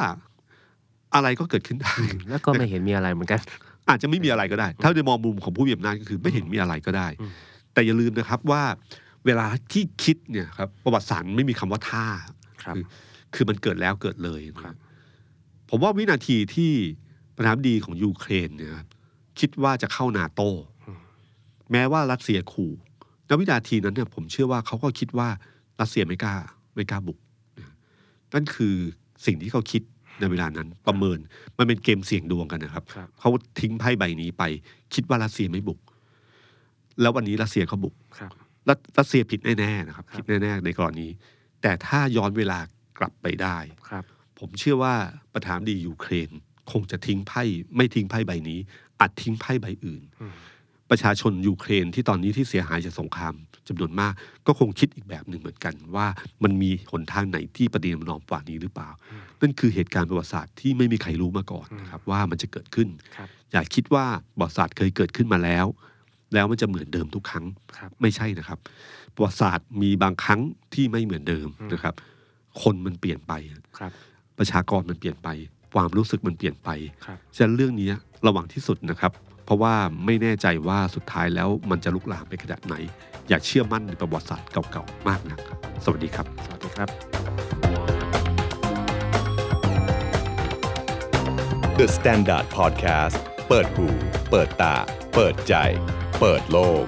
อะไรก็เกิดขึ้น ได้ แล้วก็ไม่เห็นมีอะไรเหมือนกัน อาจจะไม่มีอะไรก็ได้ ถ้าในมองมุมของผู้มีอำนาจก็คือไม่เห็นมีอะไรก็ได้ อืม แต่อย่าลืมนะครับว่า เวลาที่คิดเนี่ยครับประวัติศาสตร์ไม่มีคำว่าท่า ครับ คือมันเกิดแล้วเกิดเลยนะครับ ผมว่าวินาทีที่ประธานาธิบดีของยูเครนเนี่ยครับคิดว่าจะเข้านาโต แม้ว่ารัสเซียขู่ณวินาทีนั้นเนี่ยผมเชื่อว่าเขาก็คิดว่ารัสเซียไม่กล้าไม่กล้าบุกนะนั่นคือสิ่งที่เขาคิดในเวลานั้นประเมินมันเป็นเกมเสี่ยงดวงกันนะครับ ครับ เขาทิ้งไพ่ใบนี้ไป คิดว่ารัสเซียไม่บุก แล้ววันนี้รัสเซียเขาบุก ครับ รัสรัสเซียผิดแน่ๆนะครับ ครับ ผิดแน่ๆในกรณี แต่ถ้าย้อนเวลากลับไปได้ ครับ ผมเชื่อว่าประธานดียูเครน คงจะทิ้งไพ่ไม่ทิ้งไพ่ใบนี้อาจทิ้งไพ่ใบอื่น อืม ประชาชนยูเครนที่ตอนนี้ที่เสียหายจากสงครามจำนวนมาก ก็คงคิดอีกแบบหนึ่งเหมือนกัน ว่ามันมีหนทางไหนที่ประเดีมนอมกว่านี้หรือเปล่า นั่นคือเหตุการณ์ประวัติศาสตร์ที่ไม่มีใครรู้มาก่อนนะครับว่ามันจะเกิดขึ้น ครับ อย่าคิดว่าประวัติศาสตร์เคยเกิดขึ้นมาแล้ว แล้วมันจะเหมือนเดิมทุกครั้ง ครับ ไม่ใช่นะครับ ประวัติศาสตร์มีบางครั้งที่ไม่เหมือนเดิมนะครับ คนมันเปลี่ยนไป ครับ ประชากรมันเปลี่ยนไป ความรู้สึกมันเปลี่ยนไป ครับ ฉะนั้นเรื่องนี้ระวังที่สุดนะครับ เพราะว่าไม่แน่ใจว่าสุดท้ายแล้วมันจะลุกลามไปขนาดไหน อย่าเชื่อมั่นในประวัติศาสตร์เก่าๆมากนะครับ สวัสดีครับ สวัสดีครับ The Standard Podcast เปิดหูเปิดตา เปิดใจ เปิดโลก